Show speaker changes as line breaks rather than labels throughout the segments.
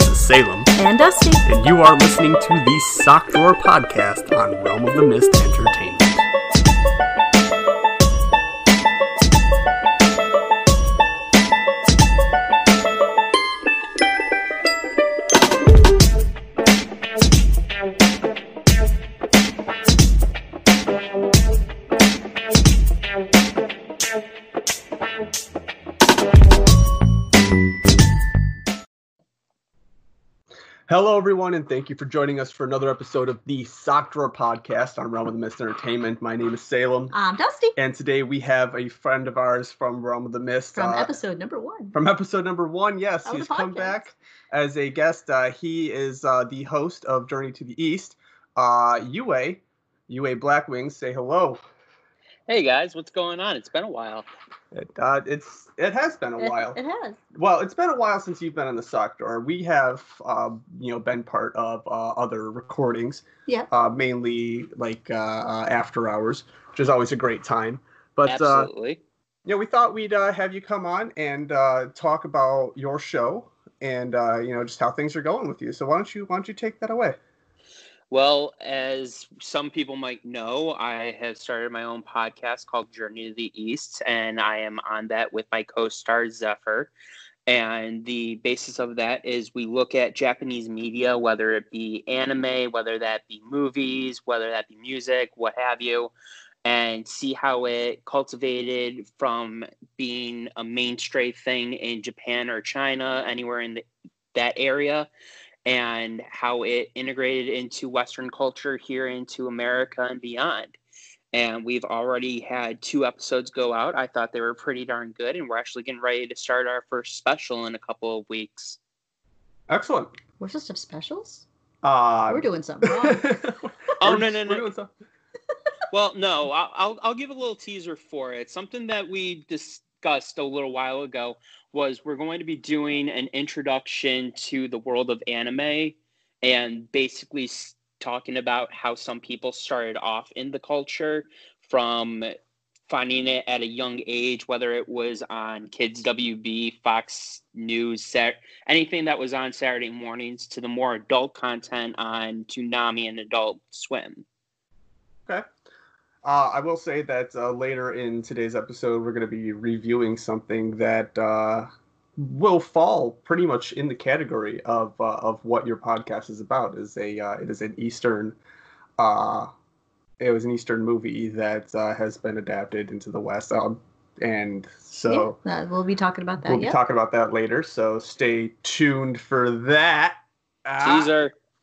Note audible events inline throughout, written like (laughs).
Salem,
and Dusty.
and you are listening to the Sock Drawer Podcast on Realm of the Mist Entertainment. Hello, everyone, and thank you for joining us for another episode of the Sock Drawer Podcast on Realm of the Mist Entertainment. My name is Salem,
I'm Um, Dusty
and today we have a friend of ours from Realm of the Mist.
from
uh,
episode number one.
from episode number one, yes,
of the
he's come
podcast.
back as a guest. Uh, he is uh, the host of Journey to the East. Uh, UA, UA Blackwings, say hello.
Hey guys, what's going on? It's been a while.
It, uh, it's it has been a
It-
while.
It, has.
Well, it's been a while since you've been on the sock door. We have, uh, you know, been part of uh, other recordings.
Yeah.
Uh, mainly like uh, uh, after hours, which is always a great time. But uh,
Absolutely.
you know, we thought we'd uh, have you come on and uh, talk about your show and uh, you know just how things are going with you. So why don't you why don't you take that away?
Well, as some people might know, I have started my own podcast called Journey to the East, and I am on that with my co star Zephyr. And the basis of that is we look at Japanese media, whether it be anime, whether that be movies, whether that be music, what have you, and see how it cultivated from being a mainstream thing in Japan or China, anywhere in the, that area, and how it integrated into Western culture here into America and beyond. And we've already had two episodes go out. I thought they were pretty darn good, and we're actually getting ready to start our first special in a couple of weeks.
Excellent.
We're just of specials.
Uh,
We're
(laughs)
doing something wrong.
Oh,
we're just-
no, no,
we're
no.
doing some-
Well, no, I'll, I'll I'll give a little teaser for it. Something that we discussed a little while ago was we're going to be doing an introduction to the world of anime and basically s- talking about how some people started off in the culture from finding it at a young age whether it was on kids wb fox news Sat- anything that was on saturday mornings to the more adult content on tsunami and adult swim
Okay. Uh, I will say that uh, later in today's episode, we're going to be reviewing something that uh, will fall pretty much in the category of uh, of what your podcast is about. is a uh, It is an Eastern. Uh, it was an Eastern movie that uh, has been adapted into the West, um, and so
Yeah, uh, we'll be talking about that.
we'll be
yeah.
talking about that later. So stay tuned for that. Ah.
teaser
(laughs)
(laughs)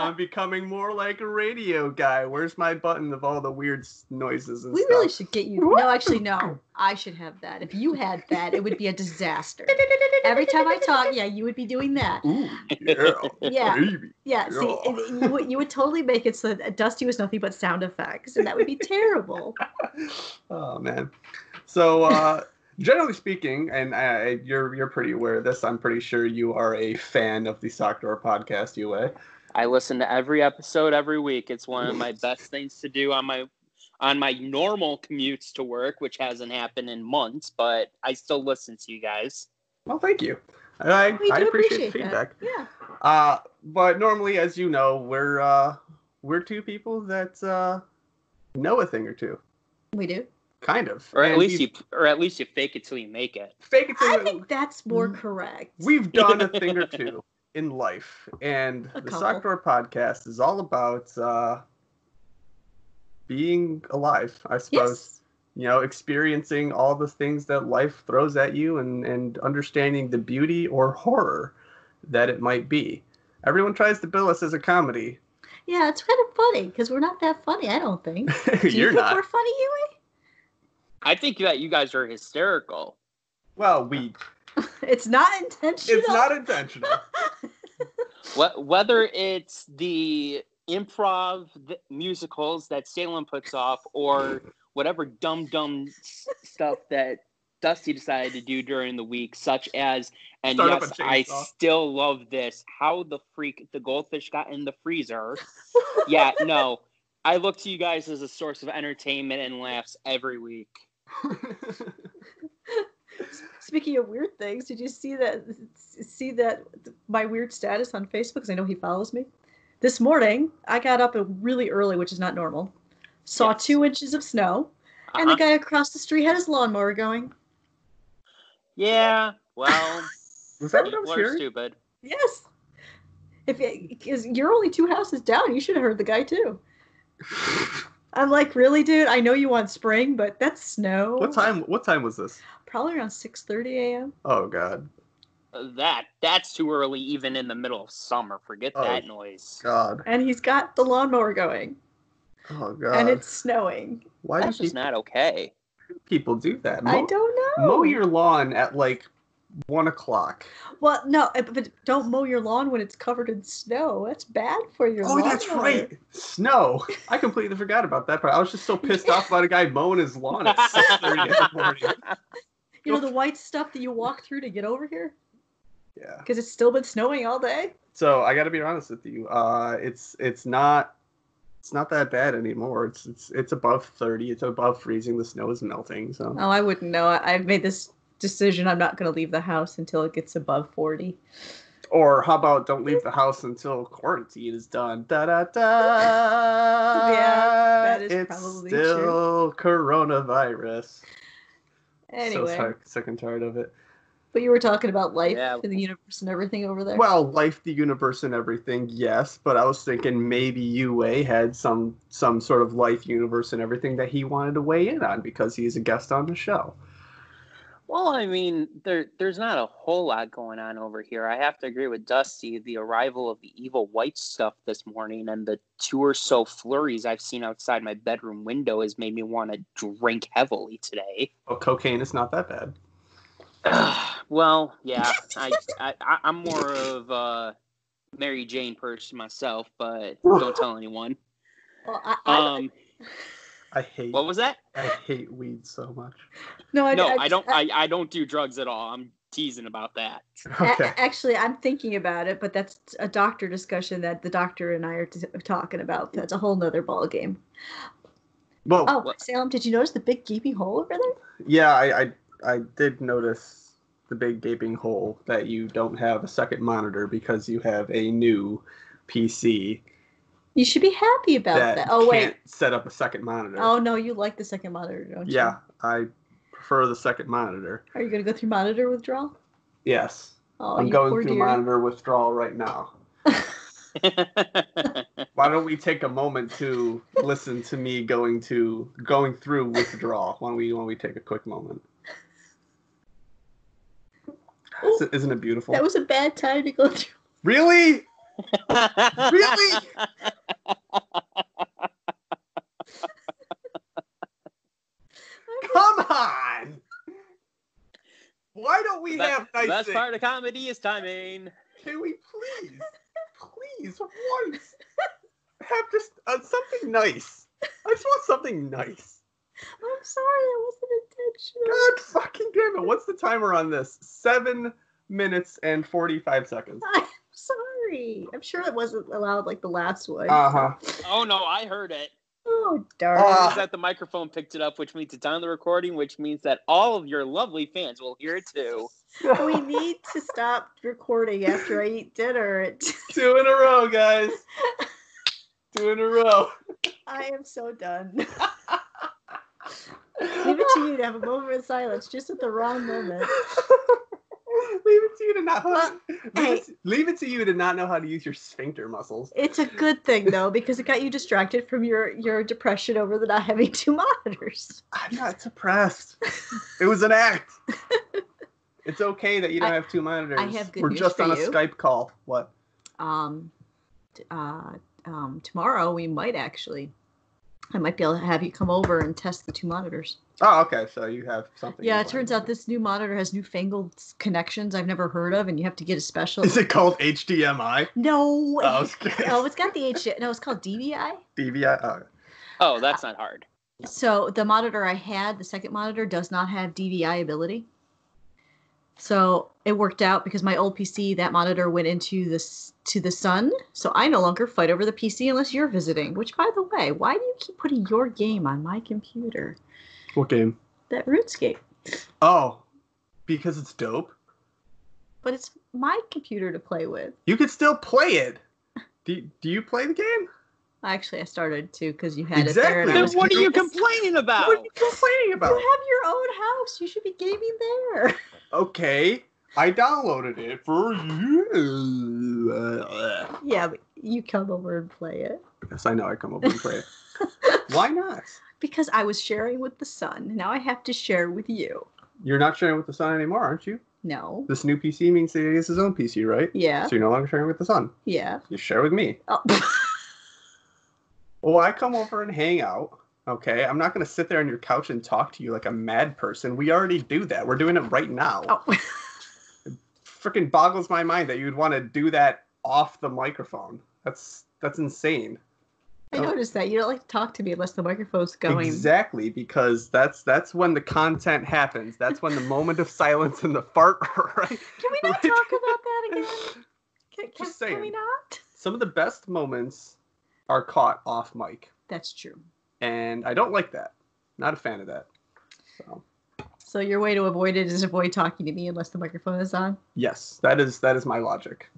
I'm becoming more like a radio guy. Where's my button of all the weird s- noises and
we
stuff?
really (laughs) should get you. No, actually, no. I should have that. If you had that, it would be a disaster. Every time I talk, yeah, you would be doing that.
Ooh, yeah,
Yeah.
baby.
Yeah, see,
Yeah.
it- you, would- you would totally make it so that uh, Dusty was nothing but sound effects, and that would be terrible.
Oh man. So uh, generally speaking, and I, I- you're you're pretty aware of this. I'm pretty sure you are a fan of the Sock Door podcast, UA.
I listen to every episode every week. It's one of my best things to do on my on my normal commutes to work, which hasn't happened in months, but I still listen to you guys.
Well, thank you. And I,
We
I
do
appreciate, the
appreciate that.
feedback.
Yeah,
Uh, but normally, as you know, we're uh, we're two people that uh, know a thing or two,
we do.
kind of,
Or at
And
least
we
you or at least you fake it till you make it.
fake it.
I
till-
think that's more
Mm.
correct.
We've done a thing
(laughs)
or two in life, and
A
the
couple.
Sock Door podcast is all about uh, being alive, I suppose.
yes.
You know, experiencing all the things that life throws at you, and and understanding the beauty or horror that it might be. Everyone tries to bill us as a comedy. (laughs)
Yeah, it's kind of funny because we're not that funny. I don't
(laughs)
think. Do you
You're
think
not.
(laughs) we're funny, Huey?
I think that you guys are hysterical.
Well, we
It's not intentional.
it's not intentional.
(laughs)
Wh- Whether it's the improv th- musicals that Salem puts off or whatever dumb dumb s- stuff that Dusty decided to do during the week, such as and
Start up
yes,
a
I
chainsaw.
still love this. How the freak the goldfish got in the freezer. yeah, no. I look to you guys as a source of entertainment and laughs every week.
Speaking of weird things, did you see that? See that my weird status on Facebook? Because I know he follows me. This morning, I got up really early, which is not normal. Saw
Yes.
two inches of snow, and the
Uh-huh.
guy across the street had his lawnmower going.
Yeah. Well,
Was that what I
people
was
are
hearing?
stupid.
Yes. If because you're only two houses down, you should have heard the guy too.
(laughs)
I'm like, really, dude? I know you want spring, but that's snow.
What time? What time was this?
Probably around 6:30 a.m.
Oh God,
That that's too early, even in the middle of summer. Forget
Oh.
that noise.
God,
And he's got the lawnmower going,
oh God.
and it's snowing.
Why do
That's just
people,
not okay.
people do that?
I
Mow-
don't know.
mow your lawn at like one o'clock.
well, no, eh, but- but don't mow your lawn when it's covered in snow. That's bad for your.
Oh, that's
lawnmower.
right. Snow. I completely forgot about that part. I was just so pissed off about a guy mowing his lawn at six thirty in the
(laughs)
morning.
You know the white stuff that you walk through to get over here
Yeah.
because it's still been snowing all day.
So I got to be honest with you. Uh, it's it's not it's not that bad anymore. It's it's it's above thirty. It's above freezing. The snow is melting. So
Oh, I wouldn't know. I, I've made this decision. I'm not going to leave the house until it gets above 40.
or how about don't leave the house until quarantine is done? Da da da.
(laughs) Yeah, that is
it's
probably true.
still coronavirus. So
Anyway,
tired, sick and tired of it.
but you were talking about life
Yeah.
and the universe and everything over there.
Well, life, the universe, and everything, yes. But I was thinking maybe UA had some some sort of life, universe, and everything that he wanted to weigh in on because he's a guest on the show.
Well, I mean, there there's not a whole lot going on over here. I have to agree with Dusty. The arrival of the evil white stuff this morning and the two or so flurries I've seen outside my bedroom window has made me want to drink heavily today. (sighs)
Well, cocaine is not that bad.
well, yeah, I, I I- I'm more of a Mary Jane person myself, but don't tell anyone.
Well, I, I,
Um,
I hate
what was that?
I hate weed so much.
no, I,
No, I don't. I, I don't do drugs at all. I'm teasing about that. (laughs)
A-
Okay.
actually, I'm thinking about it, but that's a doctor discussion that the doctor and I are t- talking about. That's a whole nother ball game.
Well,
Oh,
What?
Salem, did you notice the big gaping hole over there?
yeah, I, I I did notice the big gaping hole that you don't have a second monitor because you have a new PC
You should be happy about
that,
that. Oh wait.
can't set up a second monitor.
Oh no, you like the second monitor, don't you?
yeah, I prefer the second monitor.
Are you gonna go through monitor withdrawal?
Yes.
Oh,
I'm
you
going
poor
through
dear.
monitor withdrawal right now. Why don't we take a moment to listen to me going to going through withdrawal? Why don't we why don't we take a quick moment? Isn't- Isn't it beautiful?
That was a bad time to go through. (laughs)
really? Really? Come on! Why don't we
Be-
have nice
Best
things?
part of comedy is timing.
Can we please, please, once have just uh, something nice? I just want something nice.
I'm sorry, that wasn't intentional. (laughs)
God fucking damn it! What's the timer on this? Seven minutes and forty-five seconds.
I'm sorry. I'm sure it wasn't allowed like the last one. so-
Uh huh.
Oh no, I heard it.
Oh darn.
Ah.
It was that the microphone picked it up, which means it's on the recording, which means that all of your lovely fans will hear it too.
we need to stop recording after I eat dinner. It-
(laughs) Two in a row, guys. Two in a row.
I am so (laughs) done. Leave it to you to have a moment of silence just at the wrong moment.
(laughs) leave it to you to not
Well,
leave, it, leave it to you to not know how to use your sphincter muscles.
It's a good thing though because it got you distracted from your your depression over the not having two monitors.
I'm not depressed. it was an
(laughs)
act. It's okay that you don't
I-
have two monitors.
I have good
We're
news
just
for
on a
you.
Skype call. What?
Um, t- uh, um, tomorrow we might actually. I might be able to have you come over and test the two monitors.
Oh, okay. So you have something. in
Yeah, it turns
mind.
out this new monitor has newfangled s- connections I've never heard of, and you have to get a special.
Is it called
(laughs)
HDMI?
No.
Oh, I was kidding.
(laughs)
(laughs)
no, it's got the H. No, it's called DVI.
DVI. Oh.
Oh, that's not hard.
So the monitor I had, the second monitor, does not have DVI ability. So it worked out because my old PC, that monitor went into this to the sun. So I no longer fight over the PC unless you're visiting. Which, by the way, why do you keep putting your game on my computer?
What game?
That RuneScape.
Oh, because it's dope.
But it's my computer to play with.
You could still play it. Do, do you play the game?
Actually, I started to because you had it
Exactly.
there. And I
Then
was
what are you
curious.
complaining about?
What are you complaining
You
about?
have your own house. You should be gaming there. (laughs)
Okay, I downloaded it for you.
yeah, but you come over and play it
Yes, I know I come over and
(laughs)
play it. Why not?
because I was sharing with the sun. Now I have to share with you.
You're not sharing with the sun anymore, aren't you?
No.
This new PC means that he has his own PC, right?
Yeah.
So you're no longer sharing with the sun.
Yeah.
You share with me.
Oh. (laughs)
Well, I come over and hang out. Okay, I'm not gonna sit there on your couch and talk to you like a mad person. We already do that. We're doing it right now.
oh.
Freaking boggles my mind that you'd want to do that off the microphone. That's that's insane.
I noticed that. You don't like to talk to me unless the microphone's going.
Oh. Exactly, because that's that's when the content happens. That's when the moment of silence and the fart. (laughs) Right?
Can we not talk about that again? Can, can,
Just
can we
saying.
not?
Some of the best moments are caught off mic,
That's true.
and I don't like that. Not a fan of that. So
So your way to avoid it is avoid talking to me unless the microphone is on.
yes, that is that is my logic,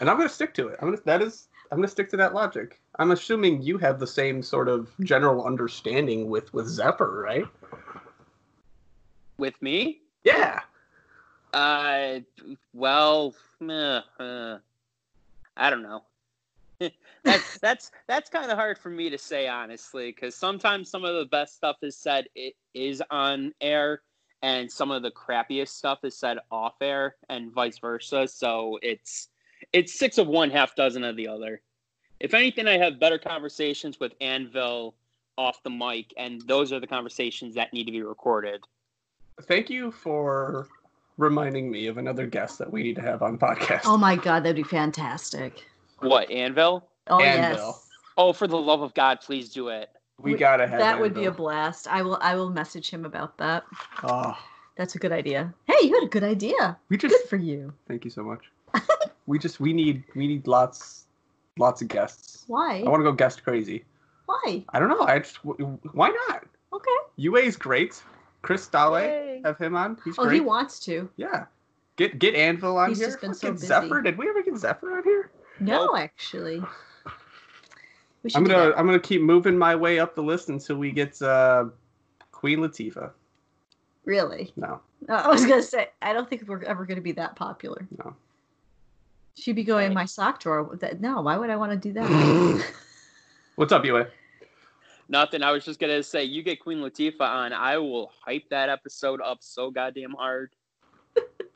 and I'm gonna stick to it. I'm gonna that is I'm gonna stick to that logic. I'm assuming you have the same sort of general understanding with with Zephyr, right?
With me?
Yeah.
Uh, well, meh, uh, I don't know. (laughs) that's that's that's kind of hard for me to say honestly, because sometimes some of the best stuff is said it is on air, and some of the crappiest stuff is said off air, and vice versa. So it's it's six of one, half dozen of the other. If anything, I have better conversations with Anvil off the mic, and those are the conversations that need to be recorded.
Thank you for reminding me of another guest that we need to have on the podcast.
Oh my god, that'd be fantastic.
What Anvil?
Oh
Anvil.
yes.
Oh, for the love of God, please do it.
We
We-
gotta have
That would be a
Anvil.
blast. I will I will message him about that.
Oh,
That's a good idea. Hey, you had a good idea.
we just
Good for you.
thank you so much.
(laughs)
we just we need we need lots lots of guests.
Why?
I want to go guest crazy.
Why?
I don't know. I just w- why not?
Okay.
UA is great. Chris Stale, have him on. He's
Oh,
great.
he wants to.
yeah. Get get Anvil on
He's
here.
just been so
Fucking
busy.
Zephyr. Did we ever get Zephyr on here?
No,
Nope.
actually. We should
I'm
do
gonna
that.
I'm gonna keep moving my way up the list until we get uh, Queen Latifah.
really.
No.
Uh, I was gonna say I don't think we're ever gonna be that popular. (laughs)
No.
She'd be going
Right.
my sock drawer. That, no, why would I want to do that? (laughs)
What's up, UA?
Nothing. I was just gonna say, you get Queen Latifah on, I will hype that episode up so goddamn hard.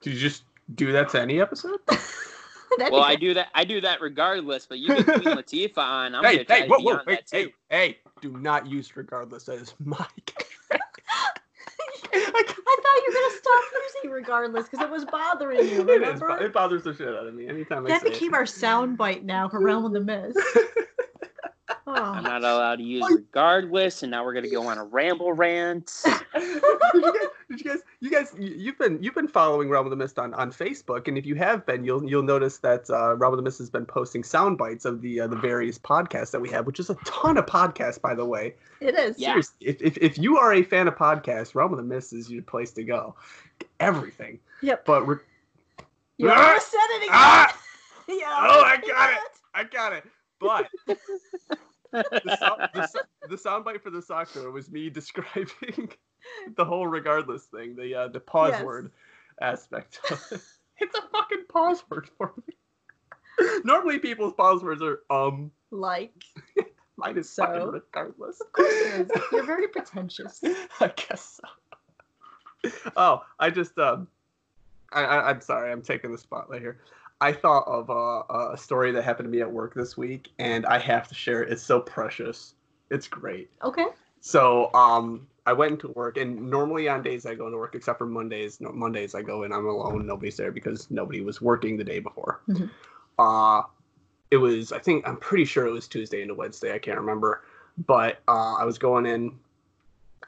Did you just do that to any episode?
That'd be
well, I
good.
do that. I do that regardless. But you
(laughs)
get Queen Latifah on, I'm
hey,
gonna try
hey,
to
whoa,
be
whoa,
on
hey,
that too.
hey, hey, do not use regardless as my (laughs) contract.
I thought you were gonna stop using regardless because it was bothering
(laughs)
you.
it, is,
Remember?
it bothers the shit out of me anytime I
that
say it.
became our sound bite now for Realm of the Mist.
I'm
Oh,
not allowed to use regardless, and now we're gonna go on a ramble rant.
(laughs) (laughs) did you guys? Did you guys? You guys? you- You've been you've been following Realm of the Mist on, on Facebook, and if you have been, you'll you'll notice that uh, Realm of the Mist has been posting sound bites of the uh, the various podcasts that we have, which is a ton of podcasts, by the way.
it is.
Yeah.
Seriously, if, if if you are a fan of podcasts, Realm of the Mist is your place to go. Everything,
Yep.
but re-
You
Ah!
almost said it again.
Ah!
(laughs) yeah.
Oh, I got it. I got it. But the, sound, the, sou- the soundbite for the sock drawer was me (laughs) describing the whole regardless thing, the uh, the pause
Yes.
word aspect. of it. (laughs) it's a fucking pause word for me. Normally, people's pause words are um.
Like,
Mine is
So?
fucking regardless. Of
it is. you're very pretentious.
(laughs) I guess so. Oh, I just um, I, I I'm sorry, I'm taking the spotlight here. I thought of a, a story that happened to me at work this week, and I have to share it. It's so precious. It's great. (laughs)
Okay.
So um, I went into work, and normally on days I go into work, except for Mondays. No, Mondays I go in, I'm alone, nobody's there because nobody was working the day before.
Mhm.
Uh, it was, I think, I'm pretty sure it was Tuesday into Wednesday. I can't remember, but uh, I was going in,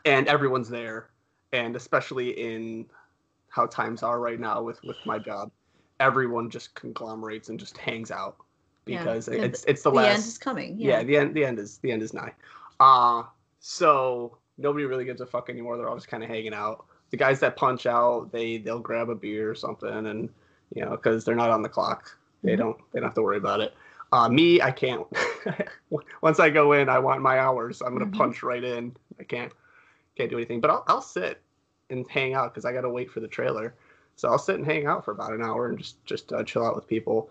and everyone's there, and especially in how times are right now with with my job, everyone just conglomerates and just hangs out
Yeah,
because
because
it's it's the,
the end
last
is coming.
yeah.
Yeah.
the end the end is the end is nigh uh so nobody really gives a fuck anymore they're all just kind of hanging out the guys that punch out, they they'll grab a beer or something, and you know, because they're not on the clock, they don't they don't have to worry about it. Uh, me, I can't. (laughs) Once I go in, I want my hours. I'm gonna
Mhm.
punch right in. I can't can't do anything. But I'll I'll sit and hang out because I gotta wait for the trailer. So I'll sit and hang out for about an hour and just just uh, chill out with people.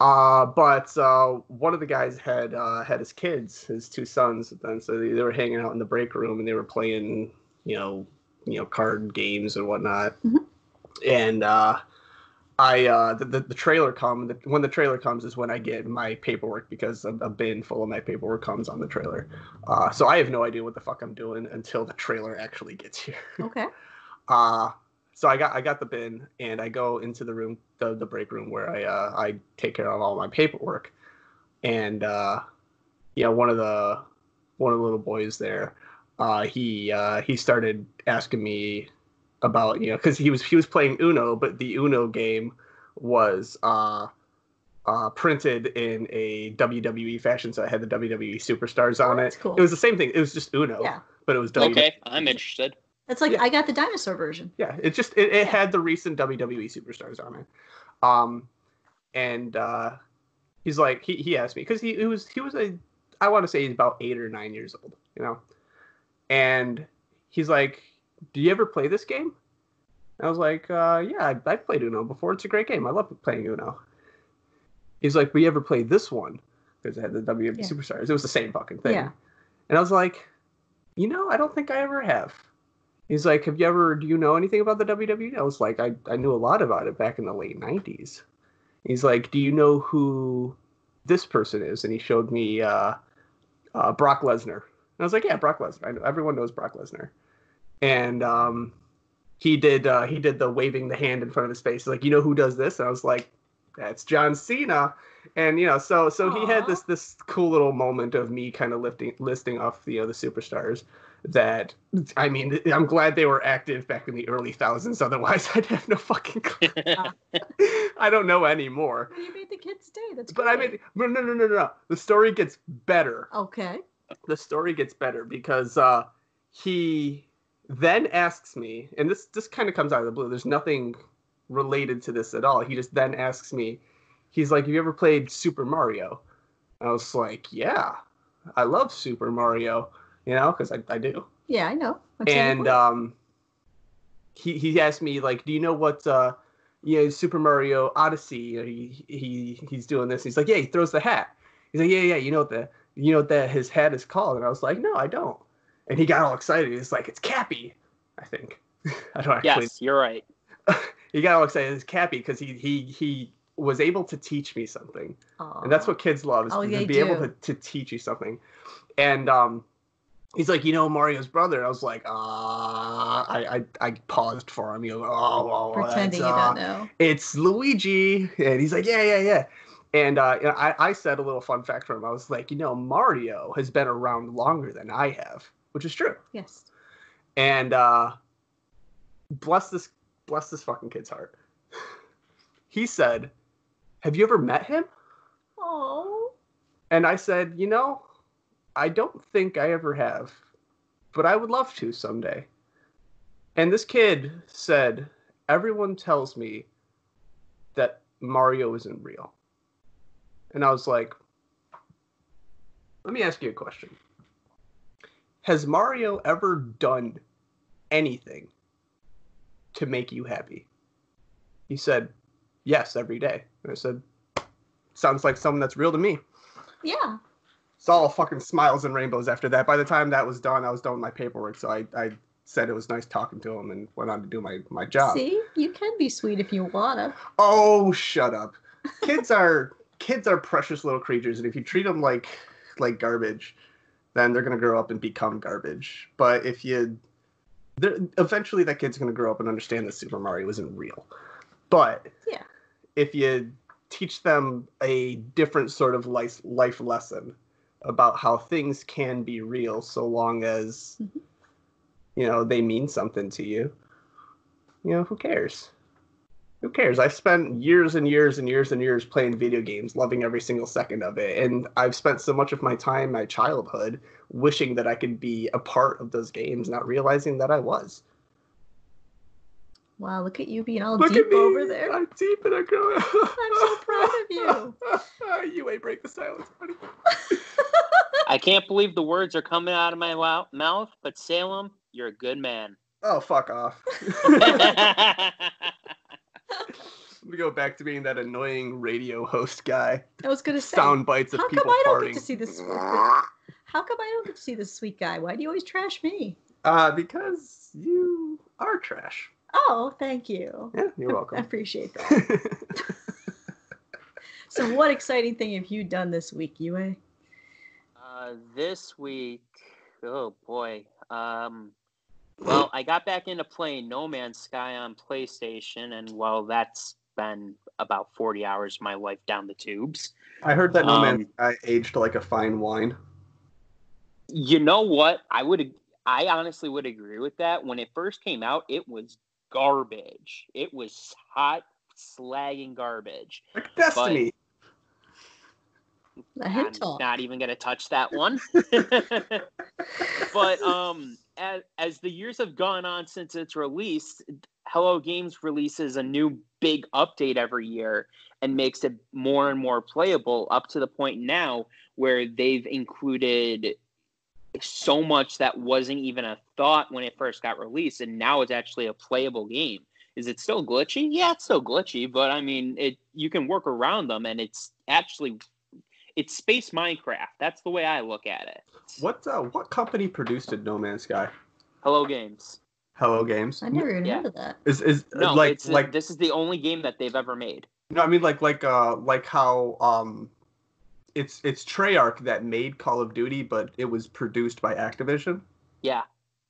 Uh, but uh, one of the guys had uh, had his kids, his two sons, with them. So they, they were hanging out in the break room and they were playing, you know, you know, card games and whatnot.
Mhm.
And uh, I uh, the, the the trailer come the, when the trailer comes is when I get my paperwork because a, a bin full of my paperwork comes on the trailer. Uh, so I have no idea what the fuck I'm doing until the trailer actually gets here.
Okay.
Uh, so I got I got the bin and I go into the room the, the break room where I uh, I take care of all my paperwork, and uh, yeah, one of the one of the little boys there, uh, he uh, he started asking me about you know because he was he was playing Uno, but the Uno game was uh, uh, printed in a WWE fashion, so it had the WWE superstars on
That's
it.
cool.
It was the same thing. It was just Uno,
Yeah.
but it was E. WWE.
Okay, I'm interested. (laughs)
That's like
Yeah.
I got the dinosaur version.
Yeah, it just it, it had the recent WWE superstars on it. Um and uh he's like he, he asked me because he, he was he was a I want to say he's about eight or nine years old, you know. And he's like, Do you ever play this game? I was like, uh, yeah, I, I played Uno before. It's a great game. I love playing Uno. He's like, we ever played this one? Because it had the WWE
Yeah.
Superstars. It was the same fucking thing.
Yeah.
And I was like, you know, I don't think I ever have. He's like, have you ever, do you know anything about the WWE? I was like, I, I knew a lot about it back in the late 90s. He's like, do you know who this person is? And he showed me uh, uh, Brock Lesnar. And I was like, yeah, Brock Lesnar. I know, everyone knows Brock Lesnar. And um, he did uh, he did the waving the hand in front of his face. He's like, you know who does this? And I was like, that's John Cena. And you know, so so he had
Aw.
this this cool little moment of me kind of lifting listing off the other superstars that I mean I'm glad they were active back in the early thousands. Otherwise, (laughs) I'd have no fucking clue.
(laughs)
I don't know anymore.
Well, you made the kids stay. That's
But I
great.
mean, no, no, no, no, no. The story gets better
Okay.
the story gets better because uh, he then asks me, and this this kind of comes out of the blue. There's nothing related to this at all. He just then asks me, he's like, "Have you ever played Super Mario?" I was like, "Yeah, I love Super Mario," you know, because I, I do
Yeah, I know. I'm saying
and
what?
um, he he asked me like, "Do you know what uh, you know Super Mario Odyssey?" You know, he, he he's doing this. He's like, "Yeah." He throws the hat. He's like, "Yeah, yeah." You know what the you know what that his hat is called? And I was like, "No, I don't." And he got all excited. He's like, "It's Cappy," I think. (laughs) I don't actually.
Yes, you're right.
He got all excited. It's Cappy because he he he was able to teach me something
Aw.
uh, and that's what kids love is
Oh,
to
they
be able
do.
to, to teach you something and um he's like you know mario's brother and i was like uh i i, I paused for him you know oh, oh, oh that's,
pretending you
uh,
don't know.
it's luigi and he's like yeah yeah yeah and uh, you know, I, I said a little fun fact for him. I was like, you know, Mario has been around longer than I have, which is true.
Yes.
And uh, bless this, bless this fucking kid's heart. (laughs) He said, "Have you ever met him?"
Oh.
And I said, you know, I don't think I ever have, but I would love to someday. And this kid said, everyone tells me that Mario isn't real. And I was like, let me ask you a question. Has Mario ever done anything to make you happy? He said, yes, every day. And I said, sounds like something that's real to me.
Yeah.
It's all fucking smiles and rainbows after that. By the time that was done, I was done with my paperwork, so I, I said it was nice talking to him and went on to do my, my job.
See, you can be sweet if you wanna.
Oh, shut up. Kids are kids are precious little creatures, and if you treat them like like garbage, then they're gonna grow up and become garbage. But if you, they're- eventually that kid's gonna grow up and understand that Super Mario isn't real. But
Yeah.
if you teach them a different sort of life life lesson about how things can be real, so long as
Mhm.
you know they mean something to you, you know who cares who cares? I've spent years and years and years and years playing video games, loving every single second of it. And I've spent so much of my time, my childhood, wishing that I could be a part of those games, not realizing that I was.
Wow, look at you being all
Look
deep
at me.
over there.
I'm deep and I'm growing. I'm (laughs)
so proud of you.
you ain't break the silence, buddy.
I can't believe the words are coming out of my lou- mouth, but Salem, you're a good man. (laughs)
Oh, fuck off. (laughs) Let
I
me go back to being that annoying radio host guy.
I was gonna say.
Sound bites of
how
people
come I don't
farting.
get to see this? How come I don't get to see this sweet guy? Why do you always trash me?
Uh, because you are trash.
Oh, thank you.
Yeah, you're
I
welcome.
appreciate that. So, what exciting thing have you done this week, UA?
Uh, this week, oh boy. Um, well, I got back into playing No Man's Sky on PlayStation, and well, that's been about 40 hours of my life down the tubes.
(laughs) I heard that No Man's
Um,
Sky aged like a fine wine.
You know what? I would, I honestly would agree with that. When it first came out, it was garbage. It was hot, slagging garbage.
Like Destiny.
Let him
I'm
talk.
not even gonna touch that one. (laughs) but um, as, as the years have gone on since its release, Hello Games releases a new big update every year and makes it more and more playable. Up to the point now where they've included so much that wasn't even a thought when it first got released, and now it's actually a playable game. Is it still glitchy? Yeah, it's still glitchy, but I mean, it you can work around them, and it's actually it's space Minecraft. That's the way I look at it.
What uh, what company produced No Man's Sky?
Hello Games.
Hello Games.
I never even
Yeah.
heard of that.
Is is uh,
No,
like
it's uh,
like
this is the only game that they've ever made.
no? I mean like like uh like how um, it's it's Treyarch that made Call of Duty, but it was produced by Activision.
Yeah.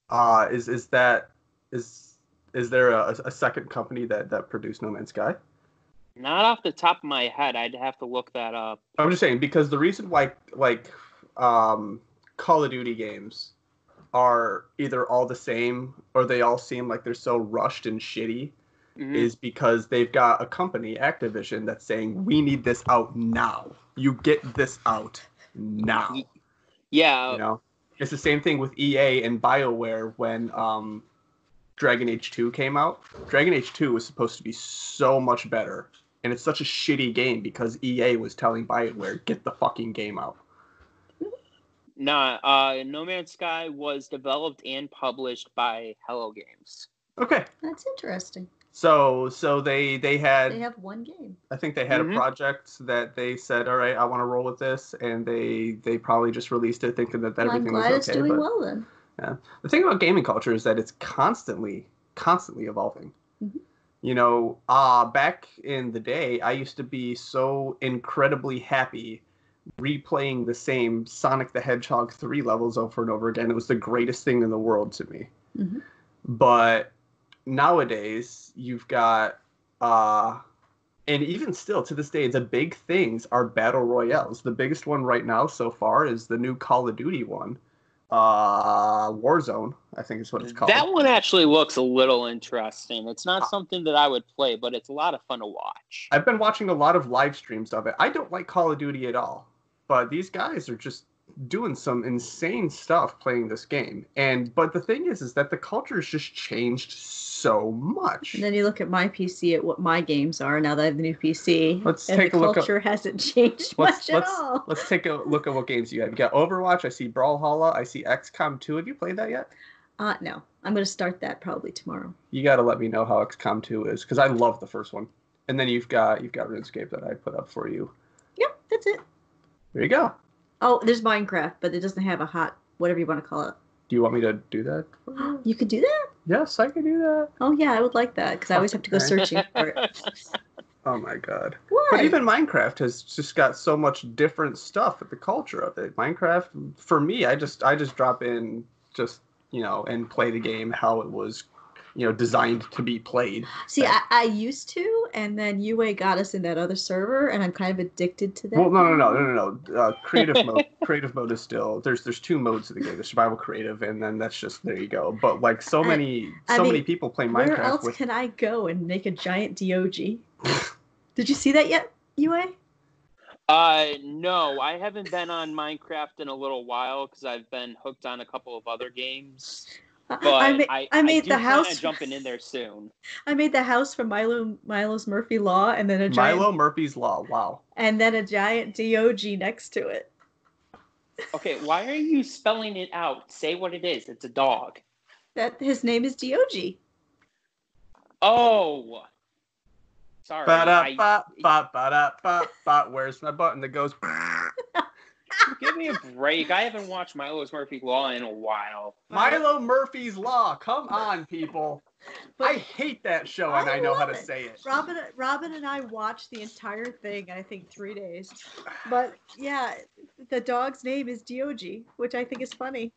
Uh is is that is is there a, a second company that that produced No Man's Sky?
Not off the top of my head, I'd have to look that up.
I'm just saying because the reason why like um, Call of Duty games are either all the same or they all seem like they're so rushed and shitty
Mhm.
is because they've got a company, Activision, that's saying we need this out now. You get this out now.
Ye- yeah,
Oh.
You know, it's the same thing with EA and BioWare when um, Dragon Age Two came out. Dragon Age Two was supposed to be so much better, and it's such a shitty game because EA was telling BioWare, "Get the fucking game out."
nah, uh, No Man's Sky was developed and published by Hello Games.
Okay,
That's interesting.
so so they they had
They have one game.
I think they had
Mhm.
a project that they said, "All right, I want to roll with this," and they they probably just released it thinking that, that
Well, I'm
everything
glad
was
it's
okay.
doing
but
well then.
the thing about gaming culture is that it's constantly constantly evolving
Mhm.
you know uh back in the day i used to be so incredibly happy replaying the same sonic the hedgehog 3 levels over and over again it was the greatest thing in the world to me
Mhm.
but nowadays you've got uh and even still to this day the big things are battle royales the biggest one right now so far is the new call of duty one uh Warzone, I think is what it's called.
That one actually looks a little interesting. It's not
Uh,
something that I would play, but it's a lot of fun to watch.
I've been watching a lot of live streams of it. I don't like Call of Duty at all, but these guys are just doing some insane stuff playing this game. And but the thing is is that the culture has just changed so much.
And then you look at my PC at what my games are now that I have the new PC.
Let's
and
take
the
a look up-
Culture hasn't (laughs) changed
Let's
much at
let's
all.
let's take a look at what games you have. You got Overwatch, I see Brawlhalla, I see XCOM 2. Have you played that yet?
Uh, no, I'm going to start that probably tomorrow.
You gotta let me know how XCOM 2 is, because I love the first one. And then you've got you've got RuneScape that I put up for you.
Yep, that's it.
There you go.
Oh, there's Minecraft, but it doesn't have a hot whatever you want
(gasps)
to call it.
Do you want me to do that?
You could do that.
Yes, I can do that.
Oh yeah, I would like that because I always have to go
Okay.
searching for it.
(laughs) Oh my god.
What?
But even Minecraft has just got so much different stuff with the culture of it. Minecraft for me, I just I just drop in just, you know, and play the game how it was, you know, designed to be played.
See, I, I used to, and then UA got us in that other server, and I'm kind of addicted to that.
Well, no, no, no, no, no, no. Uh, creative
(laughs)
mode. Creative mode is still there's there's two modes of the game. There's survival creative, and then that's just there you go. But like so
I-
many
I
so
mean,
many people play
Where
Minecraft
else
with.
can I go and make a giant Dog?
(laughs)
Did you see that yet, UA?
Uh, no, I haven't been on Minecraft in a little while because I've been hooked on a couple of other games. But
I
I,
made,
I,
I made
do
the
plan
house.
on
(laughs)
jumping in there soon.
I made the house from Milo Milo's Murphy Law, and then a giant
Milo Murphy's Law. Wow.
and then a giant dog next to it.
Okay, why are you spelling it out? Say what it is. It's a dog.
That his name is Dog.
Oh, sorry. I-
Ba-da-ba-ba-ba-da-ba-ba. Where's my button that goes?
give me a break. I haven't watched Milo's Murphy Law in a while.
Milo Murphy's Law. Come on,
(laughs)
people. I hate that show, and
I
I, know how
love
to
it.
say it.
Robin, Robin and I watched the entire thing in I think three days. But yeah, the dog's name is Dog, which I think is funny.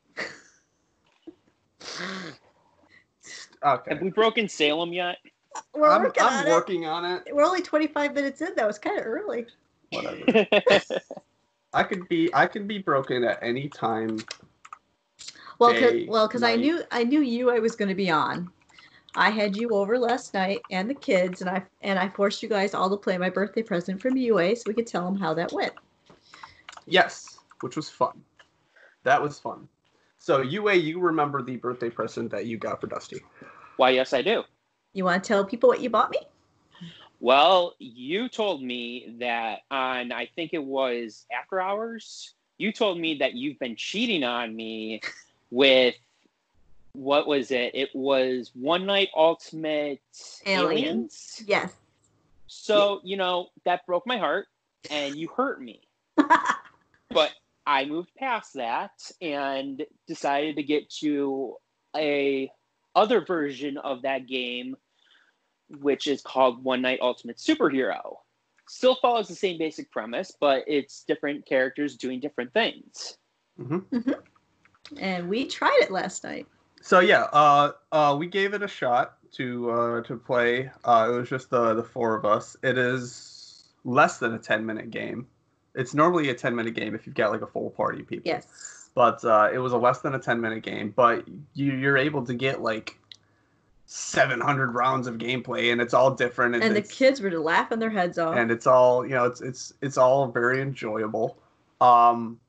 Okay.
Have we broken Salem yet? (laughs)
We're
I'm,
working
I'm
on
working on it.
it. We're only 25 minutes in though. It's kind of early.
Whatever. (laughs) I could be I could be broken at any time.
Well, cause,
Day,
well, because I
night.
knew I knew you I was going to be on. I had you over last night and the kids, and I and I forced you guys all to play my birthday present from UA so we could tell them how that went.
Yes, which was fun. That was fun. So UA, you remember the birthday present that you got for Dusty?
Why, yes, I do.
You want to tell people what you bought me?
Well, you told me that on, I think it was after hours, you told me that you've been cheating on me with what was it? It was One Night Ultimate
Aliens.
Aliens.
Yes.
So, you know, that broke my heart and you hurt me. but I moved past that and decided to get you a other version of that game, which is called One Night Ultimate Superhero. Still follows the same basic premise, but it's different characters doing different things.
Mm-hmm.
And we tried it last night.
So yeah, uh, uh, we gave it a shot to uh, to play. Uh, it was just the the four of us. It is less than a ten minute game. It's normally a ten minute game if you've got like a full party of people.
Yes.
But uh, it was a less than a ten minute game. But you, you're able to get like seven hundred rounds of gameplay, and it's all different.
And the
it's-
kids were laughing their heads off.
and it's all you know it's it's it's all very enjoyable um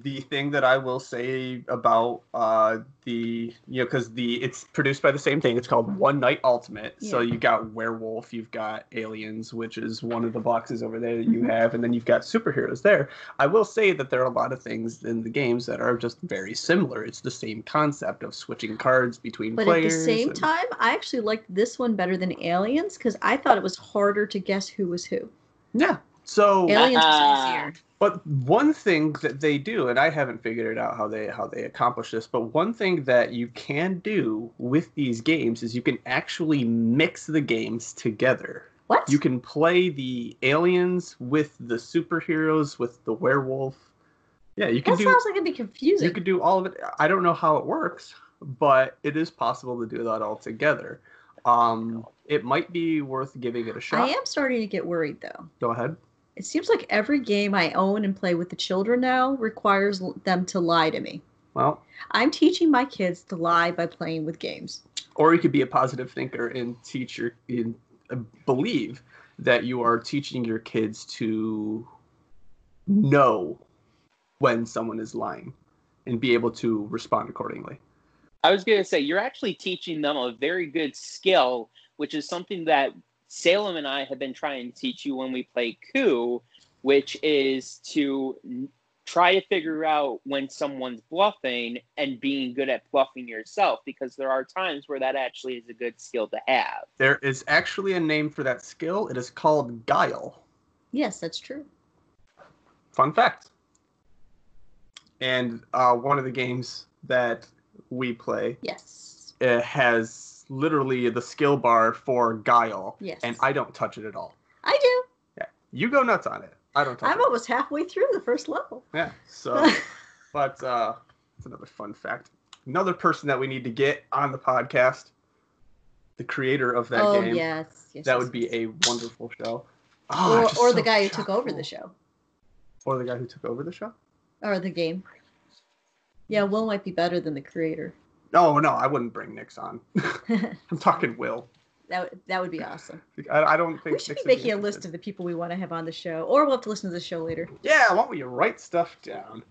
the thing that i will say about uh the you know because the it's produced by the same thing it's called one night ultimate so
Yeah.
you got werewolf you've got aliens which is one of the boxes over there that you
Mm-hmm.
have and then you've got superheroes there i will say that there are a lot of things in the games that are just very similar it's the same concept of switching cards between
but at the
players
same
and-
time, I actually liked this one better than Aliens because I thought it was harder to guess who was who.
yeah so
Aliens was
Ah.
easier.
But one thing that they do, and I haven't figured it out how they how they accomplish this, but one thing that you can do with these games is you can actually mix the games together.
What?
You can play the aliens with the superheroes, with the werewolf. Yeah, you can
that
do
sounds like it'd be confusing.
you could do all of it. I don't know how it works, but it is possible to do that all together. Um, it might be worth giving it a shot.
I am starting to get worried though.
Go ahead.
It seems like every game I own and play with the children now requires l- them to lie to me.
Well,
I'm teaching my kids to lie by playing with games.
or you could be a positive thinker and teach your and uh, believe that you are teaching your kids to know when someone is lying and be able to respond accordingly
I was going to say, you're actually teaching them a very good skill, which is something that Salem and I have been trying to teach you when we play Coup, which is to n- try to figure out when someone's bluffing and being good at bluffing yourself, because there are times where that actually is a good skill to have. (laughs)
there is actually a name for that skill it is called guile
Yes, that's true.
fun fact and uh, one of the games that we play
Yes.
it has literally the skill bar for guile
Yes.
and i don't touch it at all
I do.
you go nuts on it i don't touch
I'm
it Oh,
almost halfway through the first level.
Yeah.
(laughs)
So, but uh, it's another fun fact. Another person that we need to get on the podcast, the creator of that
oh
game.
yes, yes.
That
yes,
would be
yes.
a wonderful show. Oh,
or,
just
or
so
the guy who took over
chock-full.
the show
Or the guy who took over the show?
or the game. Yeah, Will might be better than the creator. (laughs)
No, no, I wouldn't bring Nix on. (laughs)
that
I'm talking Will.
would- that would be
(laughs)
awesome.
I, I don't think
We should be
Nix would
making a list
interested.
of the people we want to have on the show, or we'll have to listen to the show later. (laughs)
Yeah, why don't you write stuff down?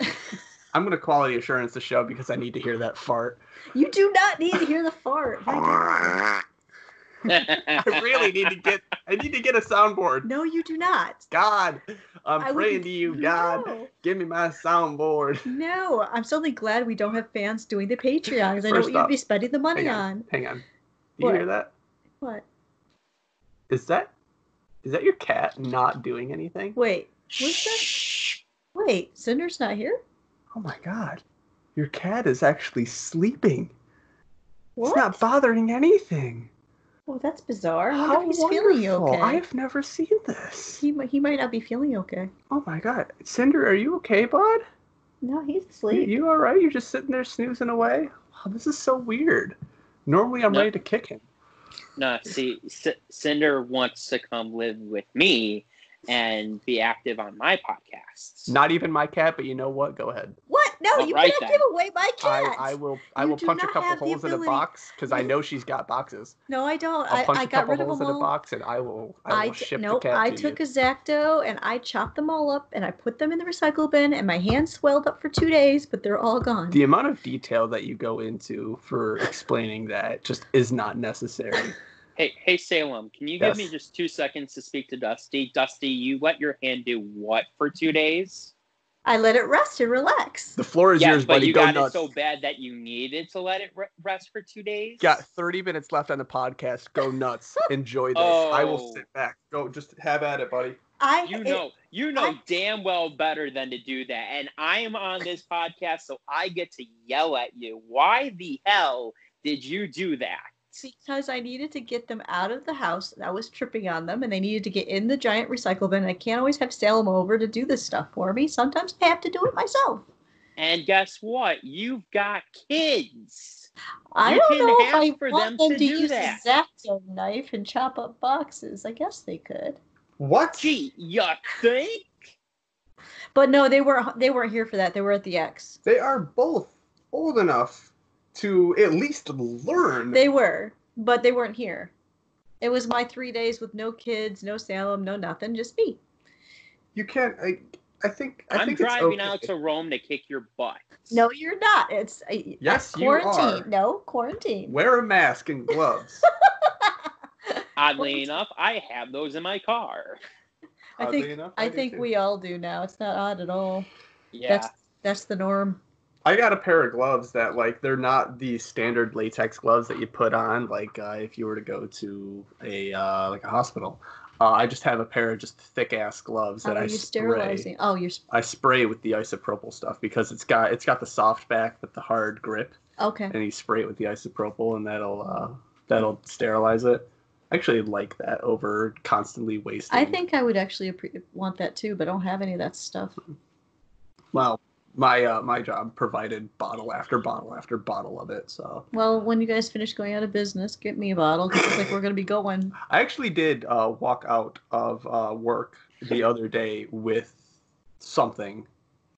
I'm gonna quality assurance the show because I need to hear that
(laughs)
fart. (laughs)
You do not need to hear the fart.
I (laughs) really need to get. I need to get a soundboard.
No, you do not.
God, I'm
I would-
praying to you, God.
No.
Give me my soundboard.
No, I'm suddenly glad we don't have fans doing the Patreon because I know
First
what you'd
off,
be spending the money
Hang
on.
on. Hang on. Do you
What?
hear that?
What?
Is that is that your cat not doing anything?
Wait, what's that? Wait, Cinder's not here?
Oh my god. Your cat is actually sleeping.
What?
It's not bothering anything.
oh, that's bizarre. I wonder
How
if he's
wonderful.
feeling okay.
I've never seen this.
He, mi- he might not be feeling okay.
Oh my god. Cinder, are you okay, bud?
No, he's
You,
asleep.
you alright? You're just sitting there snoozing away? Wow, this is so weird. Normally I'm
No.
ready to kick him.
No, see, C- Cinder wants to come live with me and be active on my podcasts.
Not even my cat, but you know what? Go ahead.
What? No,
All
you
right
can't
then.
give away my cat.
I, I will I
You
will
do
punch a
not
couple
have the
holes in a
ability-
box because I
you-
know she's got boxes.
no, I don't.
I'll
I,
punch a
I got
couple
rid of
holes
them
in a
all.
box and I will I will
I t-
ship
nope.
the cat
I
to
took
you.
a Zacto and I chopped them all up and I put them in the recycle bin and my hand swelled up for two days, but they're all gone.
the amount of detail that you go into for explaining that just is not necessary.
Hey, hey, Salem, can you
Yes.
give me just two seconds to speak to Dusty? Dusty, you let your hand do what for two days?
I let it rest and relax.
The floor is
yes,
yours,
but
buddy.
you
go
got
nuts.
it so bad that you needed to let it re- rest for two days.
got 30 minutes left on the podcast. Go nuts. Enjoy this. I will
Oh.
sit back. Go just have at it, buddy.
I
You
it-
know, you know
I-
damn well better than to do that. And I am on this podcast, so I get to yell at you. Why the hell did you do that?
because I needed to get them out of the house. I was tripping on them, and they needed to get in the giant recycle bin. And I can't always have Salem over to do this stuff for me. Sometimes I have to do it myself.
And guess what? You've got kids.
I
You
don't
can
know if
ask
I
for
want
them
them to,
to do
use
that.
a Zacto knife and chop up boxes. I guess they could,
What?
Gee, you think?
but no, they were they weren't here for that. They were at the X.
They are both old enough to at least learn.
They were, but they weren't here. It was my three days with no kids, no Salem, no nothing, just me.
you can't. I, I think. I
I'm
think
driving
it's okay.
out to Rome to kick your butt.
No, you're not. It's I-
Yes, you are.
quarantine. No quarantine.
Wear a mask and
(laughs)
gloves.
Oddly enough, I have those in my car.
I
Oddly
think-
enough,
I
do
think
too.
we all do now. It's not odd at all.
Yeah.
That's that's the norm.
I got a pair of gloves that like they're not the standard latex gloves that you put on like uh, if you were to go to a uh, like a hospital. Uh, I just have a pair of just thick ass gloves
How
that
are
I
you
spray.
Oh, sterilizing? Oh, you're s-
I spray with the isopropyl stuff because it's got it's got the soft back but the hard grip,
okay.
and you spray it with the isopropyl and that'll uh, that'll sterilize it. I actually like that over constantly wasting.
I think I would actually appre- want that too, but I don't have any of that stuff.
well, my uh, my job provided bottle after bottle after bottle of it, so.
Well, when you guys finish going out of business, get me a bottle 'cause it's like we're gonna
(sighs)
be going.
I actually did uh, walk out of uh, work the other day with something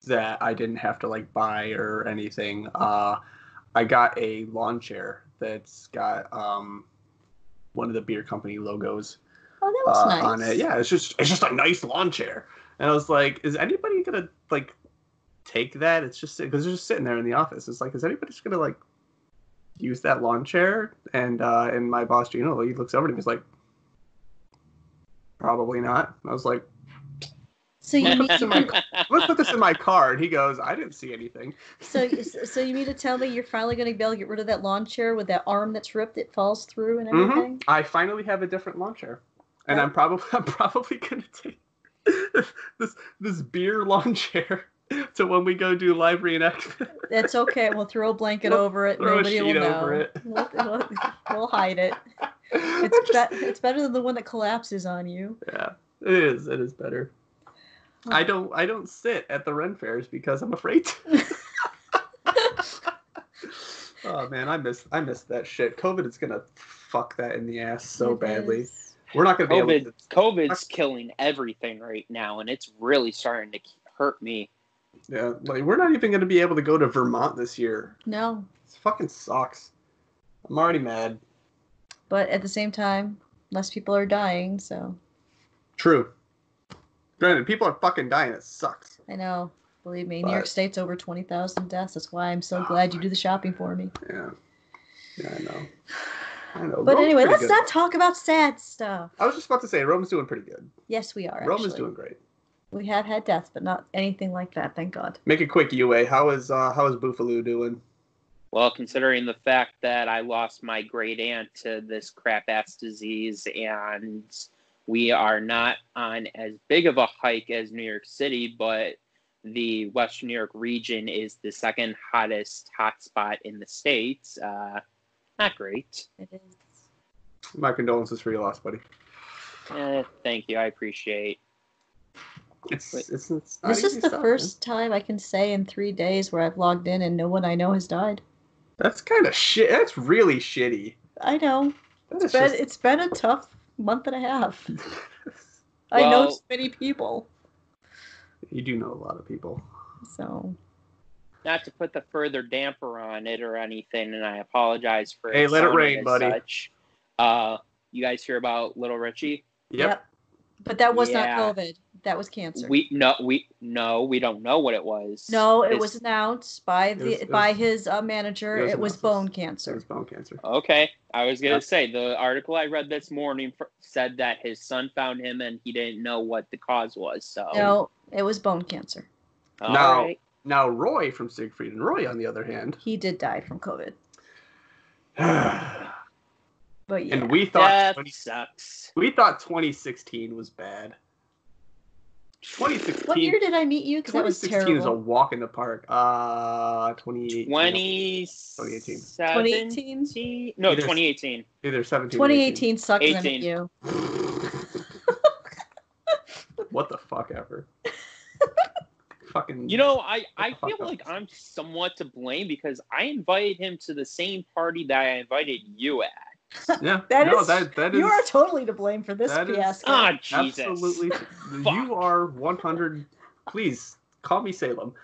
that I didn't have to like buy or anything. Uh, I got a lawn chair that's got um, one of the beer company logos
Oh, that looks
uh,
nice.
on it. Yeah, it's just it's just a nice lawn chair. And I was like, is anybody gonna like take that? It's just because it's just sitting there in the office. It's like, is anybody just gonna like use that lawn chair? And uh, and my boss Gino, he looks over and he's like, probably not. And I was like,
So you
I'm gonna,
mean
put this in my, I'm gonna put this in my car. And he goes, I didn't see anything.
so so you mean to tell me you're finally gonna be able to get rid of that lawn chair with that arm that's ripped that falls through and
Mhm.
everything?
I finally have a different lawn chair, and I'm probably (laughs) I'm probably gonna take (laughs) this this beer lawn chair to when we go do live reenactment.
That's okay. We'll throw a blanket
Throw-
over it.
throw a
Nobody will
sheet
know.
over it.
We'll, we'll- we'll hide it.
(laughs) It's
It's, be- (laughs) it's better than the one that collapses on you.
yeah, it is. It is better. I don't. I don't sit at the Ren fairs because I'm afraid.
(laughs)
to. (laughs) oh man, I miss. I miss that shit. COVID is gonna fuck that in the ass so
It
badly.
is.
We're not gonna be
COVID,
able to.
COVID's killing everything right now, and it's really starting to hurt me.
Yeah, like we're not even gonna be able to go to Vermont this year.
No,
This fucking sucks. I'm already mad.
but at the same time, less people are dying, so
True. Granted, people are fucking dying. It sucks.
I know. Believe me, New York
But- Ah.
State's over 20,000 deaths. That's why I'm so glad you do the shopping for me.
Yeah. Yeah, I know. I know.
But
Rome's
anyway,
pretty
let's
good.
not talk about sad stuff.
I was just about to say Rome's doing pretty good.
Yes, we are.
Rome is
actually.
doing great.
We have had deaths, but not anything like that, thank God.
Make it quick, UA. How is uh how is Buffalo doing?
Well, considering the fact that I lost my great aunt to this crap ass disease, and we are not on as big of a hike as New York City, but the Western New York region is the second hottest hotspot in the states. Uh, not great.
It is.
My condolences for your loss, buddy.
Eh, thank you. I appreciate.
It's
Wait.
it's, it's not
This is
easy
the
stuff, man.
first time I can say in three days where I've logged in and no one I know has died.
That's kind of shit. That's really shitty.
I know.
That
It's
is
been,
just-
it's been a tough month and a half. I know
Well-
so many people.
(laughs) you do know a lot of people.
So
Not to put the further damper on it or anything, and I apologize for.
Hey, let it
sounding
rain,
as
buddy.
Such. Uh, you guys hear about Little Richie?
Yep.
But that was
Yeah.
not COVID. That was cancer.
We no, we no, we don't know what it was.
no, it
It's-
was announced by the
was- it
by
was-
his uh, manager.
it was
It was
announced.
bone
So
cancer.
it's bone cancer.
okay. I was gonna
Yeah.
say the article I read this morning fr- said that his son found him and he didn't know what the cause was. So
No, it was bone cancer.
All
No.
right.
Now Roy from Siegfried and Roy, on the other hand, (sighs)
He did die from COVID.
and
But yeah,
we thought
that
20,
sucks.
we thought 2016 was bad. 2016.
what year did I meet you? Because that was
2016 is a
terrible.
walk in the park. Uh, 2018.
20,
2018.
2018?
17? No,
Either-
2018.
Either 17. or 18.
2018 sucked when I met
18.
you.
(laughs) what the fuck (laughs) ever. Fucking.
You know, I, I
What the
feel
fuck
like
else?
I'm somewhat to blame because I invited him to the same party that I invited you at.
Yeah.
That
no,
is-
(laughs) that that is.
You are totally to blame for this
that is-
fiasco.
Ah, (laughs) Jesus.
Absolutely.
Fuck.
You are 100. Please call me (laughs) Salem.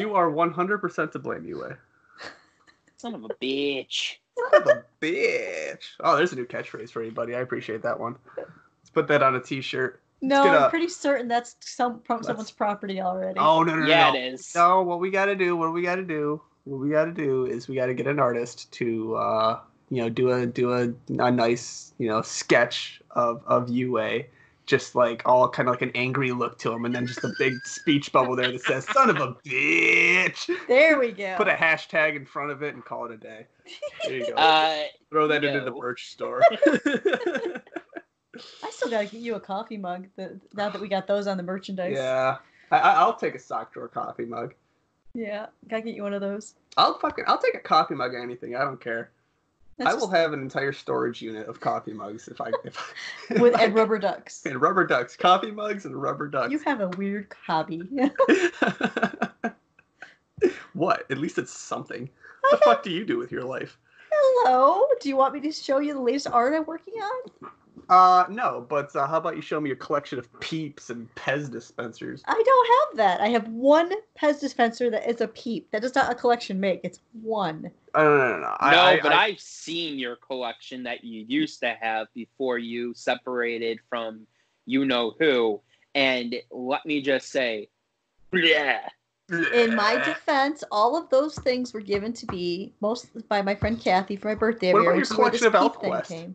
you are 100% to blame, UA.
Son of a bitch.
Son of a bitch. Oh, there's a new catchphrase for anybody. I appreciate that one. Let's put that on a t shirt.
no,
get
I'm
a-
pretty certain that's some from
Let's-
someone's property already.
Oh, no, no, no.
yeah,
no.
it is.
No, what we got to do, what we got to do, what we got to do is we got to get an artist to, uh, you know, do a do a, a nice, you know, sketch of of UA, just like all kind of like an angry look to him, and then just a big speech bubble there that says "son of a bitch."
There we go.
Put a hashtag in front of it and call it a day. There you go.
Uh,
Throw that into the
no.
merch
(laughs)
store.
I still gotta get you a coffee mug. The, now that we got those on the merchandise.
yeah, I, I- I'll take a sock drawer coffee mug.
Yeah, gotta get you one of those.
I'll fucking I'll take a coffee mug or anything. I don't care.
That's
(laughs) I will have an entire storage unit of coffee mugs if I if I,
(laughs) just- with
if I (laughs)
and rubber ducks.
and rubber (laughs) ducks, coffee mugs and rubber ducks.
You have a weird hobby. (laughs)
(laughs) what? At least it's something. What the fuck do you do with your life?
Hello. Do you want me to show you the latest art I'm working on?
Uh, no. But uh, how about you show me a collection of peeps and Pez dispensers?
I don't have that. I have one Pez dispenser that is a peep. That does not a collection make. It's one.
Uh, no, no, no, no.
no, but I, have seen your collection that you used to have before you separated from you know who. And let me just say, yeah,
(sighs)
In my defense, all of those things were given to me most by my friend Kathy for my birthday. every
What about
year,
your
which is where this
collection of
peep thing
ElfQuest?
came.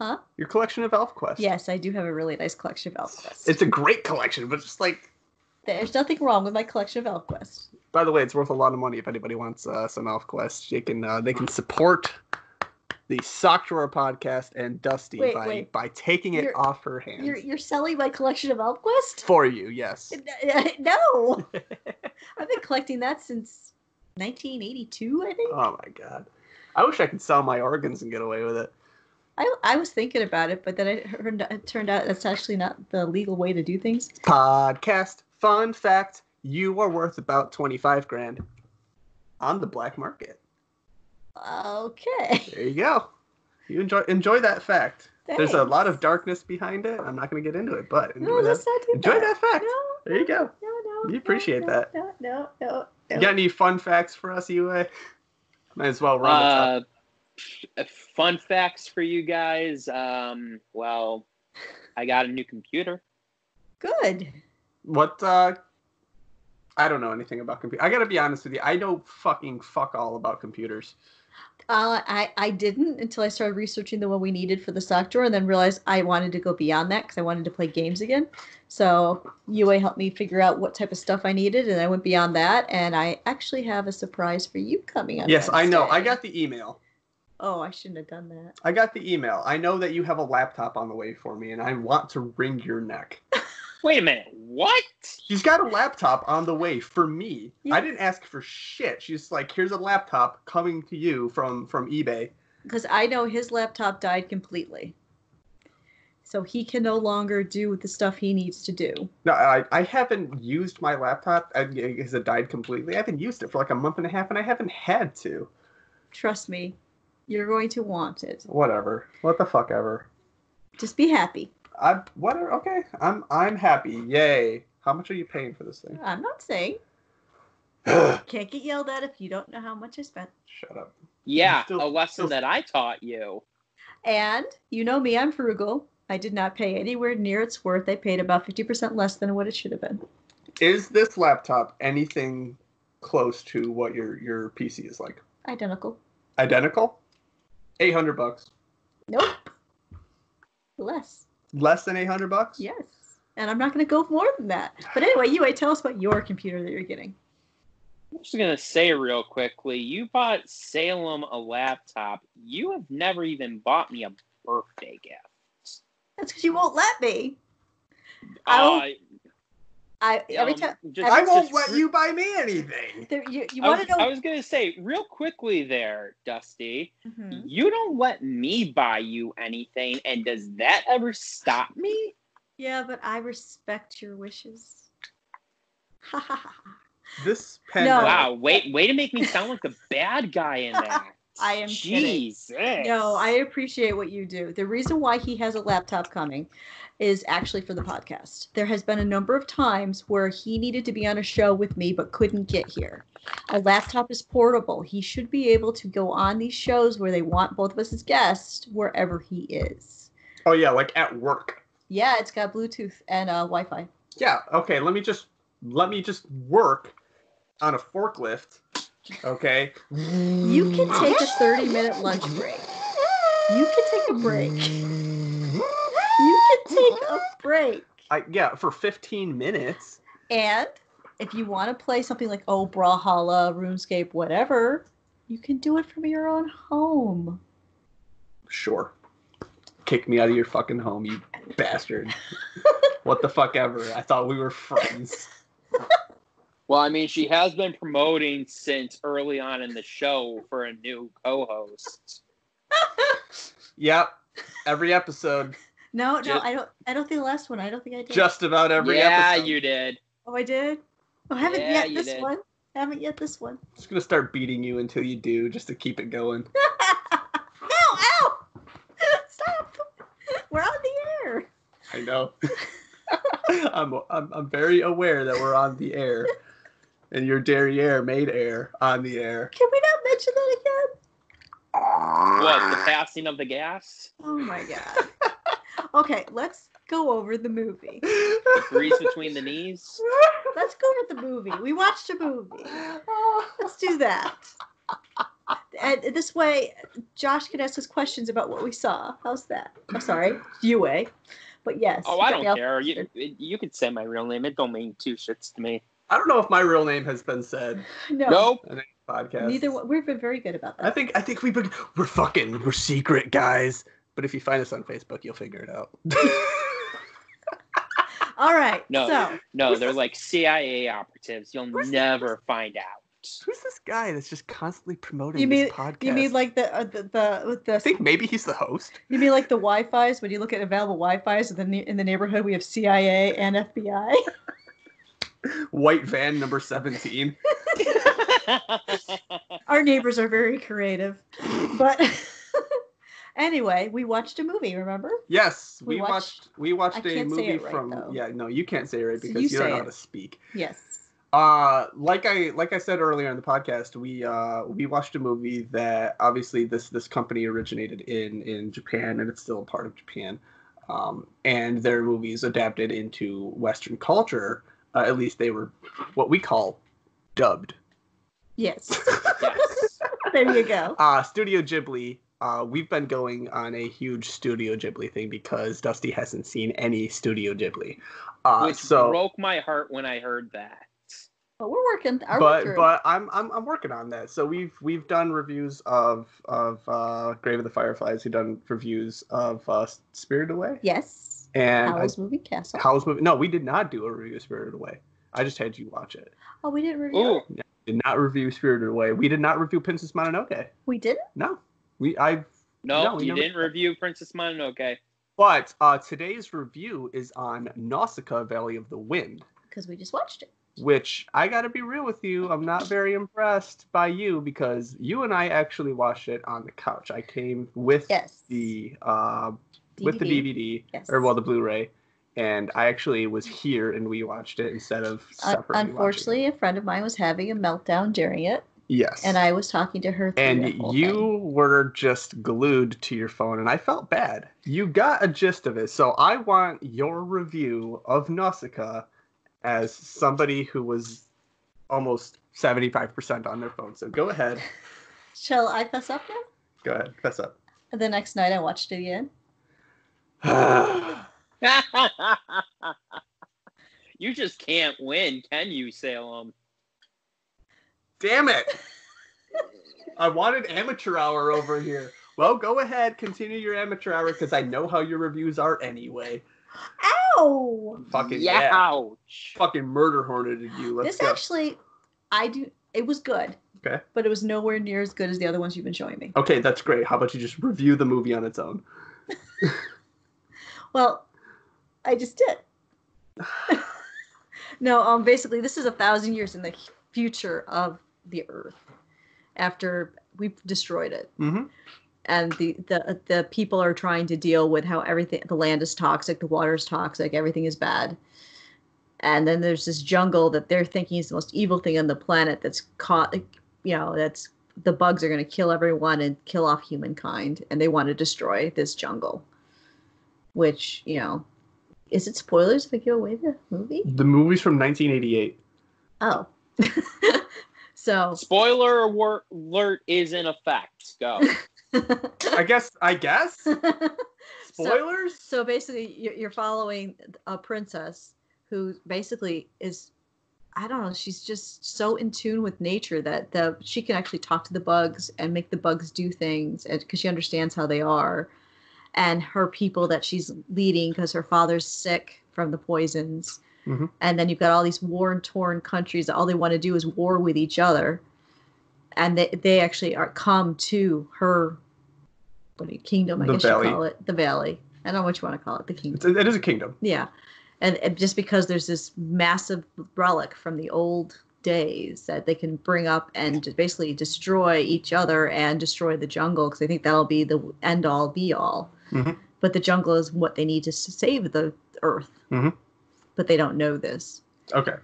Huh?
(laughs) your collection of ElfQuest.
Yes, I do have a really nice collection of ElfQuest.
It's a great collection, but just like.
There's nothing wrong with my collection of ElfQuest.
By the way, it's worth a lot of money if anybody wants uh, some ElfQuest. They can uh, they can support the Sock Drawer podcast and Dusty
Wait,
by
wait.
by taking it
You're-
off her hands
You're you're selling my collection of ElfQuest?
for you. Yes,
N- (laughs)
(laughs)
No, I've been collecting that since 1982, I think.
Oh my god. I wish I could sell my organs and get away with it.
I, I was thinking about it, but then I heard, it turned out that's actually not the legal way to do things.
Podcast fun fact: You are worth about twenty five grand on the black market.
Okay,
There you go. You enjoy enjoy that fact. (laughs) There's a
thanks.
lot of darkness behind it. I'm not going to get into it, but enjoy
No,
that.
let's not do
Enjoy that fact.
No,
There you go.
no, no.
You
no,
appreciate
no,
that.
No, no, no. no.
You got any fun facts for us, UA? Might as well run
uh, f- fun facts for you guys. Um, well, I got a new computer.
Good.
What uh I don't know anything about computer. I gotta be honest with you. I know fucking fuck all about computers.
Uh, I, I didn't until I started researching the one we needed for the sock drawer and then realized I wanted to go beyond that because I wanted to play games again. So UA helped me figure out what type of stuff I needed and I went beyond that and I actually have a surprise for you coming up.
yes, I know. I got the email.
Oh, I shouldn't have done that.
I got the email. I know that you have a laptop on the way for me, and I want to wring your neck.
Wait a minute. What?
She's got a laptop on the way for me.
Yeah.
I didn't ask for shit. She's like, here's a laptop coming to you from from eBay.
Because I know his laptop died completely. So he can no longer do the stuff he needs to do.
No, I, I haven't used my laptop I- because it died completely. I haven't used it for like a month and a half, and I haven't had to.
Trust me, you're going to want it.
Whatever. What the fuck ever.
Just be happy.
I whatever. Okay, I'm I'm happy. Yay. How much are you paying for this
(gasps)
thing?
I'm not saying. Can't get yelled at if you don't know how much I spent.
Shut up.
Yeah,
Still-
a lesson
still-
that I taught you.
And you know me, I'm frugal. I did not pay anywhere near its worth. I paid about 50% less than what it should have been.
Is this laptop anything close to what your your PC is like?
Identical.
Identical? Eight hundred bucks.
Nope. Less.
Less than eight hundred bucks?
Yes. And I'm not going to go more than that. But anyway, Yue, tell us about your computer that you're getting.
I'm just gonna say real quickly, you bought Salem a laptop. You have never even bought me a birthday gift.
That's because you won't let me. I'll-
Uh,
I every
um,
time
just-
I won't
just
let
re-
you buy me anything.
there, you, you
I
want
was,
to know.
I was gonna say real quickly there, Dusty.
Mhm.
You don't let me buy you anything, and does that ever stop me?
Yeah, but I respect your wishes. Ha ha ha. ha.
This
No.
pandemic.
Wow, wait, way to make me sound like the bad guy in that.
(laughs) I am kidding.
Jesus.
No, I appreciate what you do. The reason why he has a laptop coming is actually for the podcast. There has been a number of times where he needed to be on a show with me but couldn't get here. A laptop is portable. He should be able to go on these shows where they want both of us as guests wherever he is.
Oh yeah, like at work.
Yeah, it's got Bluetooth and uh, Wi-Fi.
Yeah. Okay. Let me just let me just work on a forklift. Okay.
You can take a 30 minute lunch break. You can take a break. You can take a break.
I, yeah, for 15 minutes.
And if you want to play something like Oh Brawlhalla, RuneScape, whatever, you can do it from your own home.
Sure. Kick me out of your fucking home, you
(laughs)
bastard. what the fuck ever. I thought we were friends.
Well, I mean, she has been promoting since early on in the show for a new co-host.
Yep. Every episode.
No, no,
Just-
I don't. I don't think the last one. I don't think I did.
Just about every
yeah,
episode.
you did.
oh, I did. Oh, I haven't
Yeah,
yet
you
this
did.
one. I haven't yet this one. (laughs)
just gonna start beating you until you do, just to keep it going.
ow! Ow! (laughs) Stop! We're on the air.
I
(laughs)
know. I'm, I'm I'm very aware that we're on the air, and your derriere made air on the air.
Can we not mention that again?
What
Ah.
the passing of the gas?
Oh my god.
(laughs)
okay, let's go over the movie. (laughs)
Breeze between the
(laughs)
knees.
Let's go over the movie. We watched a movie. Let's do that. And this way, Josh can ask us questions about what we saw. How's that? I'm sorry, UA. But yes.
Oh, I
you got the-
don't care. You you could say my real name. It don't mean two shits to me.
I don't know if my real name has been said.
No.
Nope.
on any Podcast.
Neither one. We've been very good about
I
that.
think I think we've been we're fucking we're secret guys. But if you find us on Facebook, you'll figure it out. (laughs)
All right.
No.
So,
No, they're like CIA operatives. You'll
Who's-
never find out.
Who's this guy that's just constantly promoting
You mean-
this podcast?
you mean like the uh, the the, with
I think
the
maybe he's the host.
you mean like the Wi-Fi's when you look at available Wi-Fi's in the ne- in the neighborhood we have CIA and FBI.
(laughs)
White van number seventeen.
our neighbors are very creative. But (laughs) anyway, we watched a movie, remember?
Yes, we,
We
watched,
watched-
we
I
watched a
can't say
movie
it right,
from
though.
yeah no you can't say it right
So
because you,
you
don't
say
know how
it.
to speak.
Yes.
Uh like I like I said earlier in the podcast, we uh we watched a movie that obviously this this company originated in in Japan and it's still a part of Japan. Um, and their movies adapted into Western culture Uh, at least they were what we call dubbed.
Yes.
Yes.
there you go.
Uh, Studio Ghibli. Uh, we've been going on a huge Studio Ghibli thing because Dusty hasn't seen any Studio Ghibli. Uh,
Which
so,
broke my heart when I heard that.
But we're working. Our
but
work
but I'm, I'm I'm working on that. So we've we've done reviews of of uh, Grave of the Fireflies. We've done reviews of uh, Spirit Away
yes.
and
Howl's Moving Castle.
Howl's movie. No, we did not do a review of Spirited Away. I just had you watch it.
oh, we didn't review.
Ooh,
it?
Did not review Spirited Away. We did not review Princess Mononoke.
We didn't.
No, we I.
no,
No, we
you
never-
didn't review Princess Mononoke.
But uh, today's review is on Nausicaa Valley of the Wind,
because we just watched it.
which I gotta be real with you, I'm not very impressed by you because you and I actually watched it on the couch. I came with
Yes.
the uh, with the DVD
Yes.
or well the Blu-ray, and I actually was here and we watched it instead of
Un-
separately. watching it.
unfortunately, a friend of mine was having a meltdown during it,
yes,
and I was talking to her. through
and
that whole
you
thing.
were just glued to your phone and i felt bad you got a gist of it so i want your review of nausicaa as somebody who was almost 75% on their phone so go ahead
shall I fess up now?
go ahead fess up (sighs)
The next night, I watched it again.
(laughs) you just can't win, can you, Salem?
damn it i wanted amateur hour over here well go ahead continue your amateur hour because i know how your reviews are anyway
Ow!
fucking yeah,
yeah. Ouch.
fucking murder horneted you let's
this
go
actually, I do. It was good.
Okay.
But it was nowhere near as good as the other ones you've been showing me.
Okay, that's great. How about you just review the movie on its own?
Well, I just did. no, um, basically, this is a thousand years in the future of the Earth after we destroyed it,
Mm-hmm.
and the the the people are trying to deal with how everything the land is toxic, the water is toxic, everything is bad. And then there's this jungle that they're thinking is the most evil thing on the planet that's caught, you know, that's the bugs are going to kill everyone and kill off humankind, and they want to destroy this jungle. Which, you know, is it spoilers if I give away the movie?
The movie's from 1988.
Oh. (laughs) so (laughs)
Spoiler awar- alert is in effect. Go.
I guess. I
(laughs)
guess. Spoilers.
so basically you're, you're following a princess who basically is I don't know, she's just so in tune with nature that the she can actually talk to the bugs and make the bugs do things because she understands how they are and her people that she's leading because her father's sick from the poisons.
Mhm.
And then you've got all these war and torn countries that all they want to do is war with each other. And they, they actually are come to her what do you, kingdom, I
The
guess
valley.
you call it. The valley. I don't know what you want to call it, the kingdom.
It's, it is a kingdom.
Yeah. And, and just because there's this massive relic from the old days that they can bring up and just basically destroy each other and destroy the jungle because they think that'll be the end all be all.
Mhm.
But the jungle is what they need to s- save the earth.
Mhm.
But they don't know this.
Okay.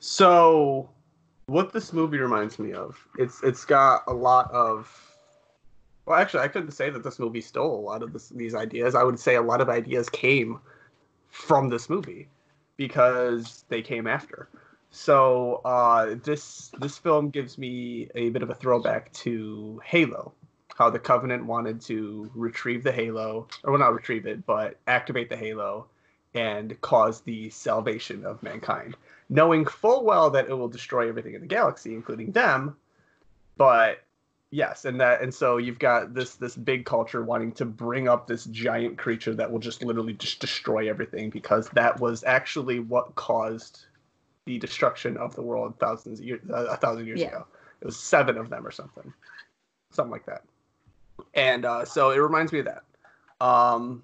So, what this movie reminds me of, it's it's got a lot of. Well, actually, I couldn't say that this movie stole a lot of this, these ideas. I would say a lot of ideas came from this movie because they came after. So uh, this this film gives me a bit of a throwback to Halo, how the Covenant wanted to retrieve the Halo, or well, not retrieve it, but activate the Halo and cause the salvation of mankind, knowing full well that it will destroy everything in the galaxy, including them. But yes, and that and so you've got this this big culture wanting to bring up this giant creature that will just literally just destroy everything because that was actually what caused the destruction of the world thousands of years uh, a thousand years
Yeah.
ago. It was seven of them or something, something like that. And uh, so it reminds me of that. Um,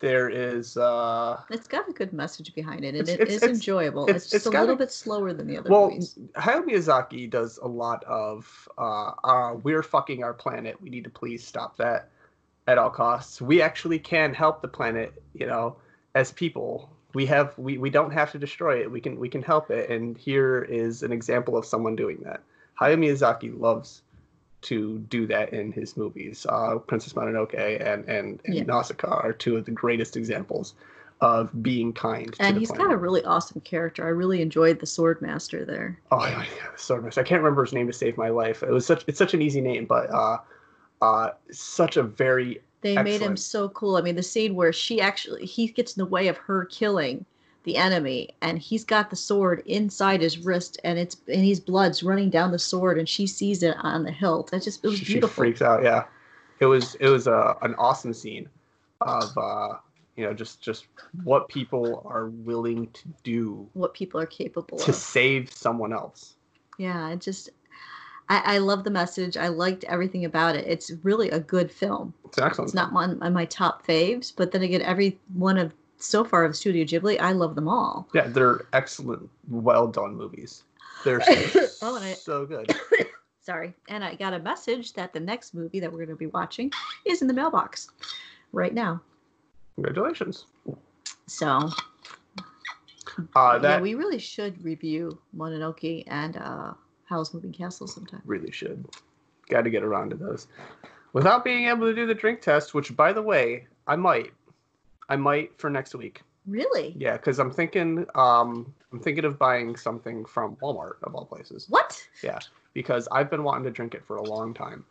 there is uh,
It's got a good message behind it
It's-
and it
it's-
is
it's-
enjoyable.
it's-
It's,
it's
just a
got
little
a-
bit slower than the other
Well,
movies.
Hayao Miyazaki does a lot of uh, uh, we're fucking our planet. We need to please stop that at all costs. We actually can help the planet, you know, as people. We have we, we don't have to destroy it. We can we can help it. And here is an example of someone doing that. Hayao Miyazaki loves to do that in his movies. Uh, Princess Mononoke and and, and
Yeah.
Nausicaa are two of the greatest examples of being kind. to
and
the
he's
planet.
got a really awesome character. I really enjoyed the sword master there.
Oh my god, Swordmaster. I can't remember his name to save my life. It was such it's such an easy name, but uh uh such a very
They made him
Excellent.
so cool. I mean, the scene where she actually he gets in the way of her killing the enemy, and he's got the sword inside his wrist, and it's and his blood's running down the sword, and she sees it on the hilt. That just it was
she, she
beautiful.
freaks out, yeah. It was it was uh, an awesome scene of uh you know just just what people are willing to do
What people are capable
to
of.
save someone else.
Yeah, it just I, I love the message. I liked everything about it. It's really a good film.
It's an excellent.
It's not one of my top faves, but then again, every one of so far of Studio Ghibli, I love them all.
Yeah, they're excellent, well done movies.
(laughs)
They're
Oh, and I-
so good.
Sorry. And I got a message that the next movie that we're going to be watching is in the mailbox right now.
Congratulations.
So
Uh, that
yeah, we really should review Mononoke and uh, Howl's Moving Castle sometime.
really should. Got to get around to those. Without being able to do the drink test, which by the way, I might, I might for next week.
Really?
Yeah, because I'm thinking, um, I'm thinking of buying something from Walmart of all places
What?
because I've been wanting to drink it for a long time.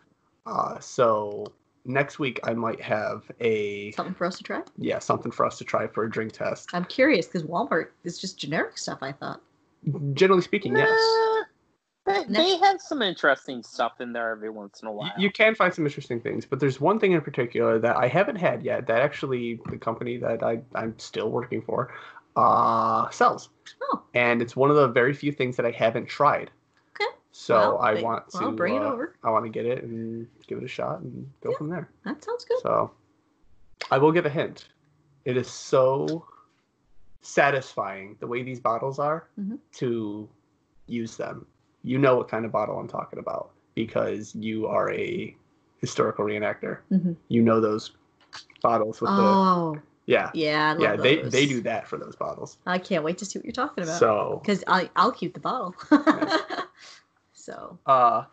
Uh, so next week I might have a
Something for us to try?
yeah something for us to try for a drink test.
I'm curious because Walmart is just generic stuff. I thought.
Generally speaking, (laughs) yes.
They, they have some interesting stuff in there every once in a
Y-
while.
You can find some interesting things, but there's one thing in particular that I haven't had yet that actually the company that I, I'm still working for uh, sells.
Oh.
And it's one of the very few things that I haven't tried.
Okay.
So
Well,
I
they-
want to
well, bring it
uh,
over.
I want to get it and give it a shot and go
Yeah.
from there.
That sounds good.
So I will give a hint. It is so satisfying the way these bottles are
Mhm.
to use them. You know what kind of bottle I'm talking about because you are a historical reenactor.
Mhm.
You know those bottles with the
Oh,
yeah
yeah. I love
yeah they
those.
they do that for those bottles.
I can't wait to see what you're talking about.
So
Because I I'll keep the bottle. (laughs) so
uh,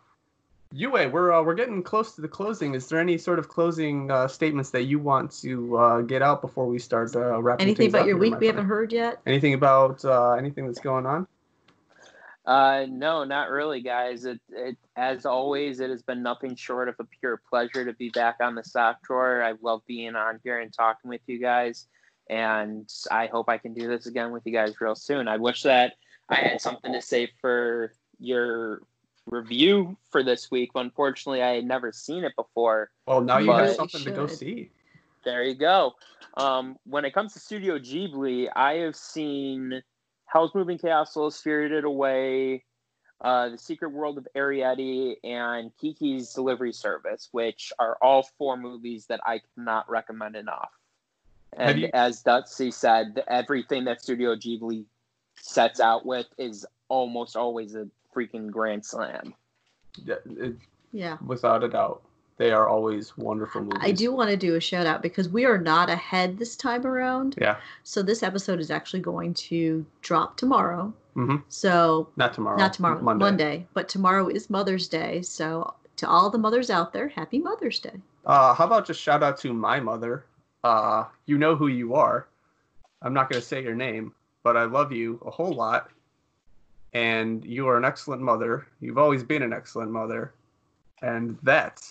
Yue, we're uh, we're getting close to the closing. Is there any sort of closing uh, statements that you want to uh, get out before we start uh, wrapping
anything
things up
about your
here,
week
my
we
friend?
haven't heard yet?
Anything about uh, anything that's going on?
Uh, no, not really, guys. It, it, as always, it has been nothing short of a pure pleasure to be back on the sock drawer. I love being on here and talking with you guys, and I hope I can do this again with you guys real soon. I wish that I had something to say for your review for this week. Unfortunately, I had never seen it before.
Well, now you have
But-
something to go
Should.
see.
There you go. Um, when it comes to Studio Ghibli, I have seen Hell's Moving Castle, Spirited Away, uh, The Secret World of Arietti, and Kiki's Delivery Service, which are all four movies that I cannot recommend enough.
Have
And
you-
as Dutsy said, everything that Studio Ghibli sets out with is almost always a freaking grand slam.
Yeah, it-
Yeah.
without a doubt, they are always wonderful movies.
I do want to do a shout out because we are not ahead this time around.
Yeah.
So this episode is actually going to drop tomorrow.
hmm
So
Not tomorrow.
not Mm-hmm. tomorrow,
Monday.
Monday. but tomorrow is Mother's Day. So to all the mothers out there, happy Mother's Day.
Uh, how about just shout out to my mother? Uh, you know who you are. I'm not going to say your name, but I love you a whole lot. And you are an excellent mother. You've always been an excellent mother. And that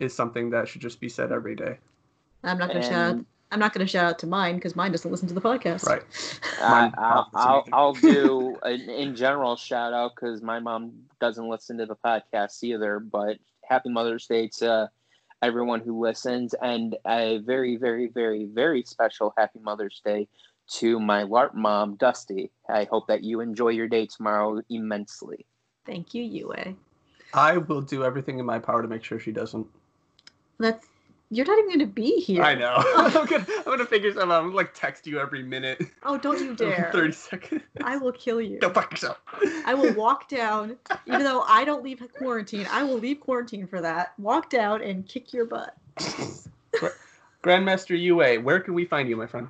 is something that should just be said every day.
I'm not going to shout out.
And
I'm not going to shout out to mine because mine doesn't listen to the podcast.
Right.
I,
Mine
I'll,
doesn't
I'll,
either.
I'll do
(laughs)
an in general shout out because my mom doesn't listen to the podcast either. But happy Mother's Day to everyone who listens, and a very, very, very, very special happy Mother's Day to my LARP mom, Dusty. I hope that you enjoy your day tomorrow immensely.
(laughs) Thank you, Yue.
I will do everything in my power to make sure she doesn't.
That's you're not even going to be here.
I
(laughs)
know. I'm gonna, I'm gonna figure something out. I'm gonna like text you every minute.
Oh,
(laughs)
don't (laughs) you dare!
Thirty seconds. (laughs)
I will kill you.
Go fuck yourself.
I will walk down, even though I don't leave quarantine. I will leave quarantine for that. Walk down and kick your butt.
Grandmaster UA, where can we find you, my friend?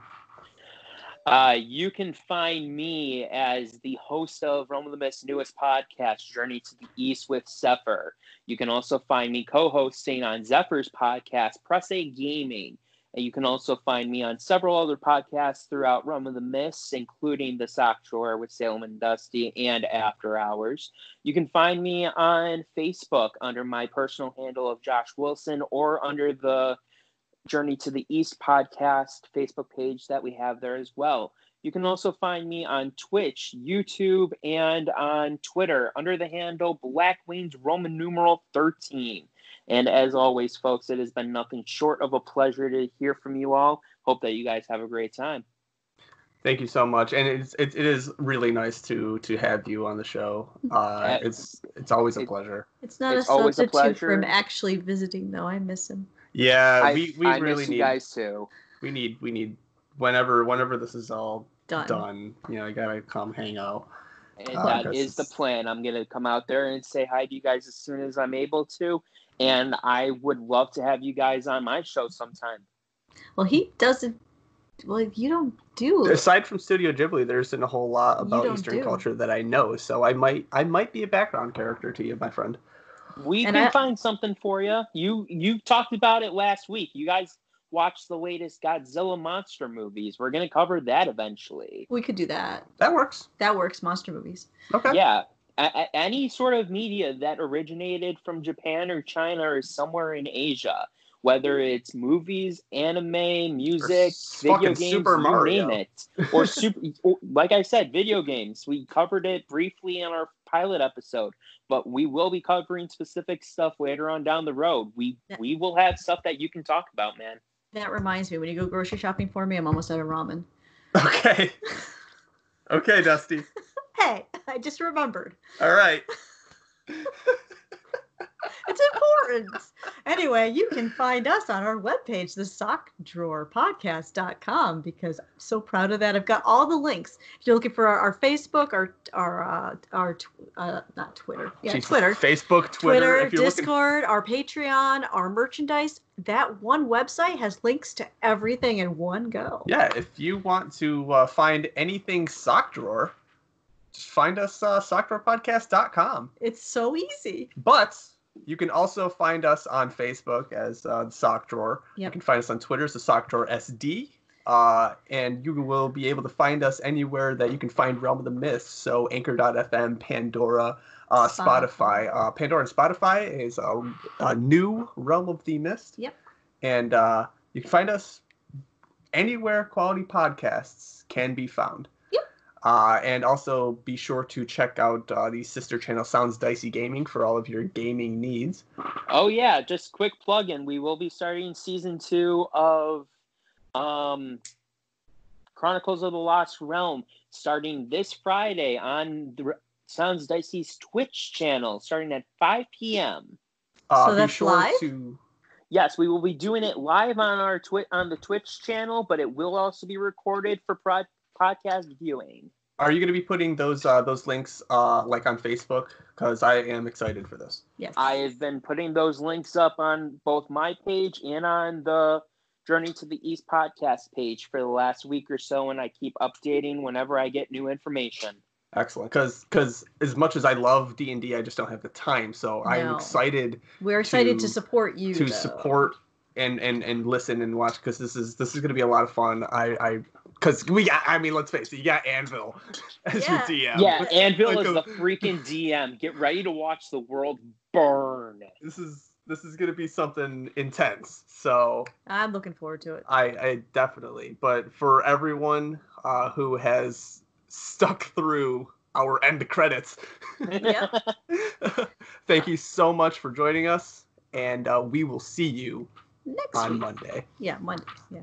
Uh, you can find me as the host of Realm of the Mist's newest podcast, Journey to the East with Zephyr. You can also find me co hosting on Zephyr's podcast, Press A Gaming. And you can also find me on several other podcasts throughout Realm of the Mists, including The Sock Drawer with Salem and Dusty and After Hours. You can find me on Facebook under my personal handle of Josh Wilson or under the Journey to the East podcast Facebook page that we have there as well. You can also find me on Twitch, YouTube, and on Twitter under the handle Black Wings Roman numeral 13. And as always, folks, it has been nothing short of a pleasure to hear from you all. Hope that you guys have a great time.
Thank you so much, and it's it, it is really nice to to have you on the show.
Mm-hmm.
Uh,
Yes.
it's it's always a
It-
pleasure.
It's not
It's
a
always a
substitute for him
pleasure.
actually visiting, though. I miss him.
Yeah,
I,
Uh, we we
I
really
miss you
need
guys too.
we need we need whenever whenever this is all
Done.
done, you know, you gotta come hang out.
And
Oh,
that
yes.
is the plan. I'm going to come out there and say hi to you guys as soon as I'm able to. And I would love to have you guys on my show sometime.
Well, he doesn't. Well, you don't do.
Aside from Studio Ghibli, there isn't a whole lot
You
about
don't
Eastern
do.
culture that I know, so I might I might be a background character to you, my friend.
We
And
can
I-
find something for you. You you talked about it last week. You guys watched the latest Godzilla monster movies. We're going to cover that eventually.
We could do that.
That works.
That works. Monster movies.
Okay.
yeah a- a- any sort of media that originated from japan or china or somewhere in asia whether it's movies anime music
s-
video
fucking
games
Super
you
Mario.
name it
(laughs)
or super or- like i said video games we covered it briefly in our pilot episode but we will be covering specific stuff later on down the road we
Yeah.
we will have stuff that you can talk about man
That reminds me, when you go grocery shopping for me, I'm almost out of ramen.
Okay. Okay, Dusty.
Hey, (laughs) I just remembered.
All right.
It's important. anyway, you can find us on our webpage, the sockdrawerpodcast.com, because I'm so proud of that. I've got all the links. If you're looking for our, our Facebook, our our uh, our tw- uh, not Twitter, (laughs) yeah,
Jesus.
Twitter,
Facebook, Twitter.
Twitter,
if you're looking,
Discord, our Patreon, our merchandise. That one website has links to everything in one go.
yeah, if you want to uh, find anything sock drawer, just find us uh, sockdrawerpodcast.com.
It's so easy.
But you can also find us on Facebook as uh, the Sock Drawer. You
Yep.
can find us on Twitter as the Sock Drawer SD. Uh, and you will be able to find us anywhere that you can find Realm of the Mist. So Anchor.fm, Pandora, uh, Spotify.
Spotify.
Uh, Pandora and Spotify is a, a new Realm of the Mist.
Yep.
And uh, you can find us anywhere quality podcasts can be found.
Yep.
Uh, and also be sure to check out uh, the sister channel Sounds Dicey Gaming for all of your gaming needs.
Oh yeah, just quick plug in. We will be starting season two of um Chronicles of the Lost Realm starting this Friday on the R- Sounds Dicey's Twitch channel, starting at 5 p.m.
Uh,
So
be
that's
sure
live?
to
Yes, we will be doing it live on our twi- on the Twitch channel, but it will also be recorded for prod- podcast viewing.
Are you going to be putting those uh, those links uh, like on Facebook? Because I am excited for this.
Yes.
I have been putting those links up on both my page and on the Journey to the East podcast page for the last week or so, and I keep updating whenever I get new information.
Excellent. Because because as much as I love D and I just don't have the time. So I'm
No.
excited
We're excited to,
to-
support you.
to
though.
support and and and listen and watch because this is this is going to be a lot of fun. I I because we got, I mean let's face it, you got Anvil (laughs) as
Yeah.
your DM.
yeah, Anvil
like
is
a-
the freaking DM. Get ready to watch the world burn. (laughs)
This is this is going to be something intense. So
I'm looking forward
(laughs)
to it.
I, I definitely. But for everyone uh, who has stuck through our end credits, (laughs)
Yep.
thank you so much for joining us, and uh, we will see you
Next
on
week.
Monday.
Yeah, Monday. Yeah.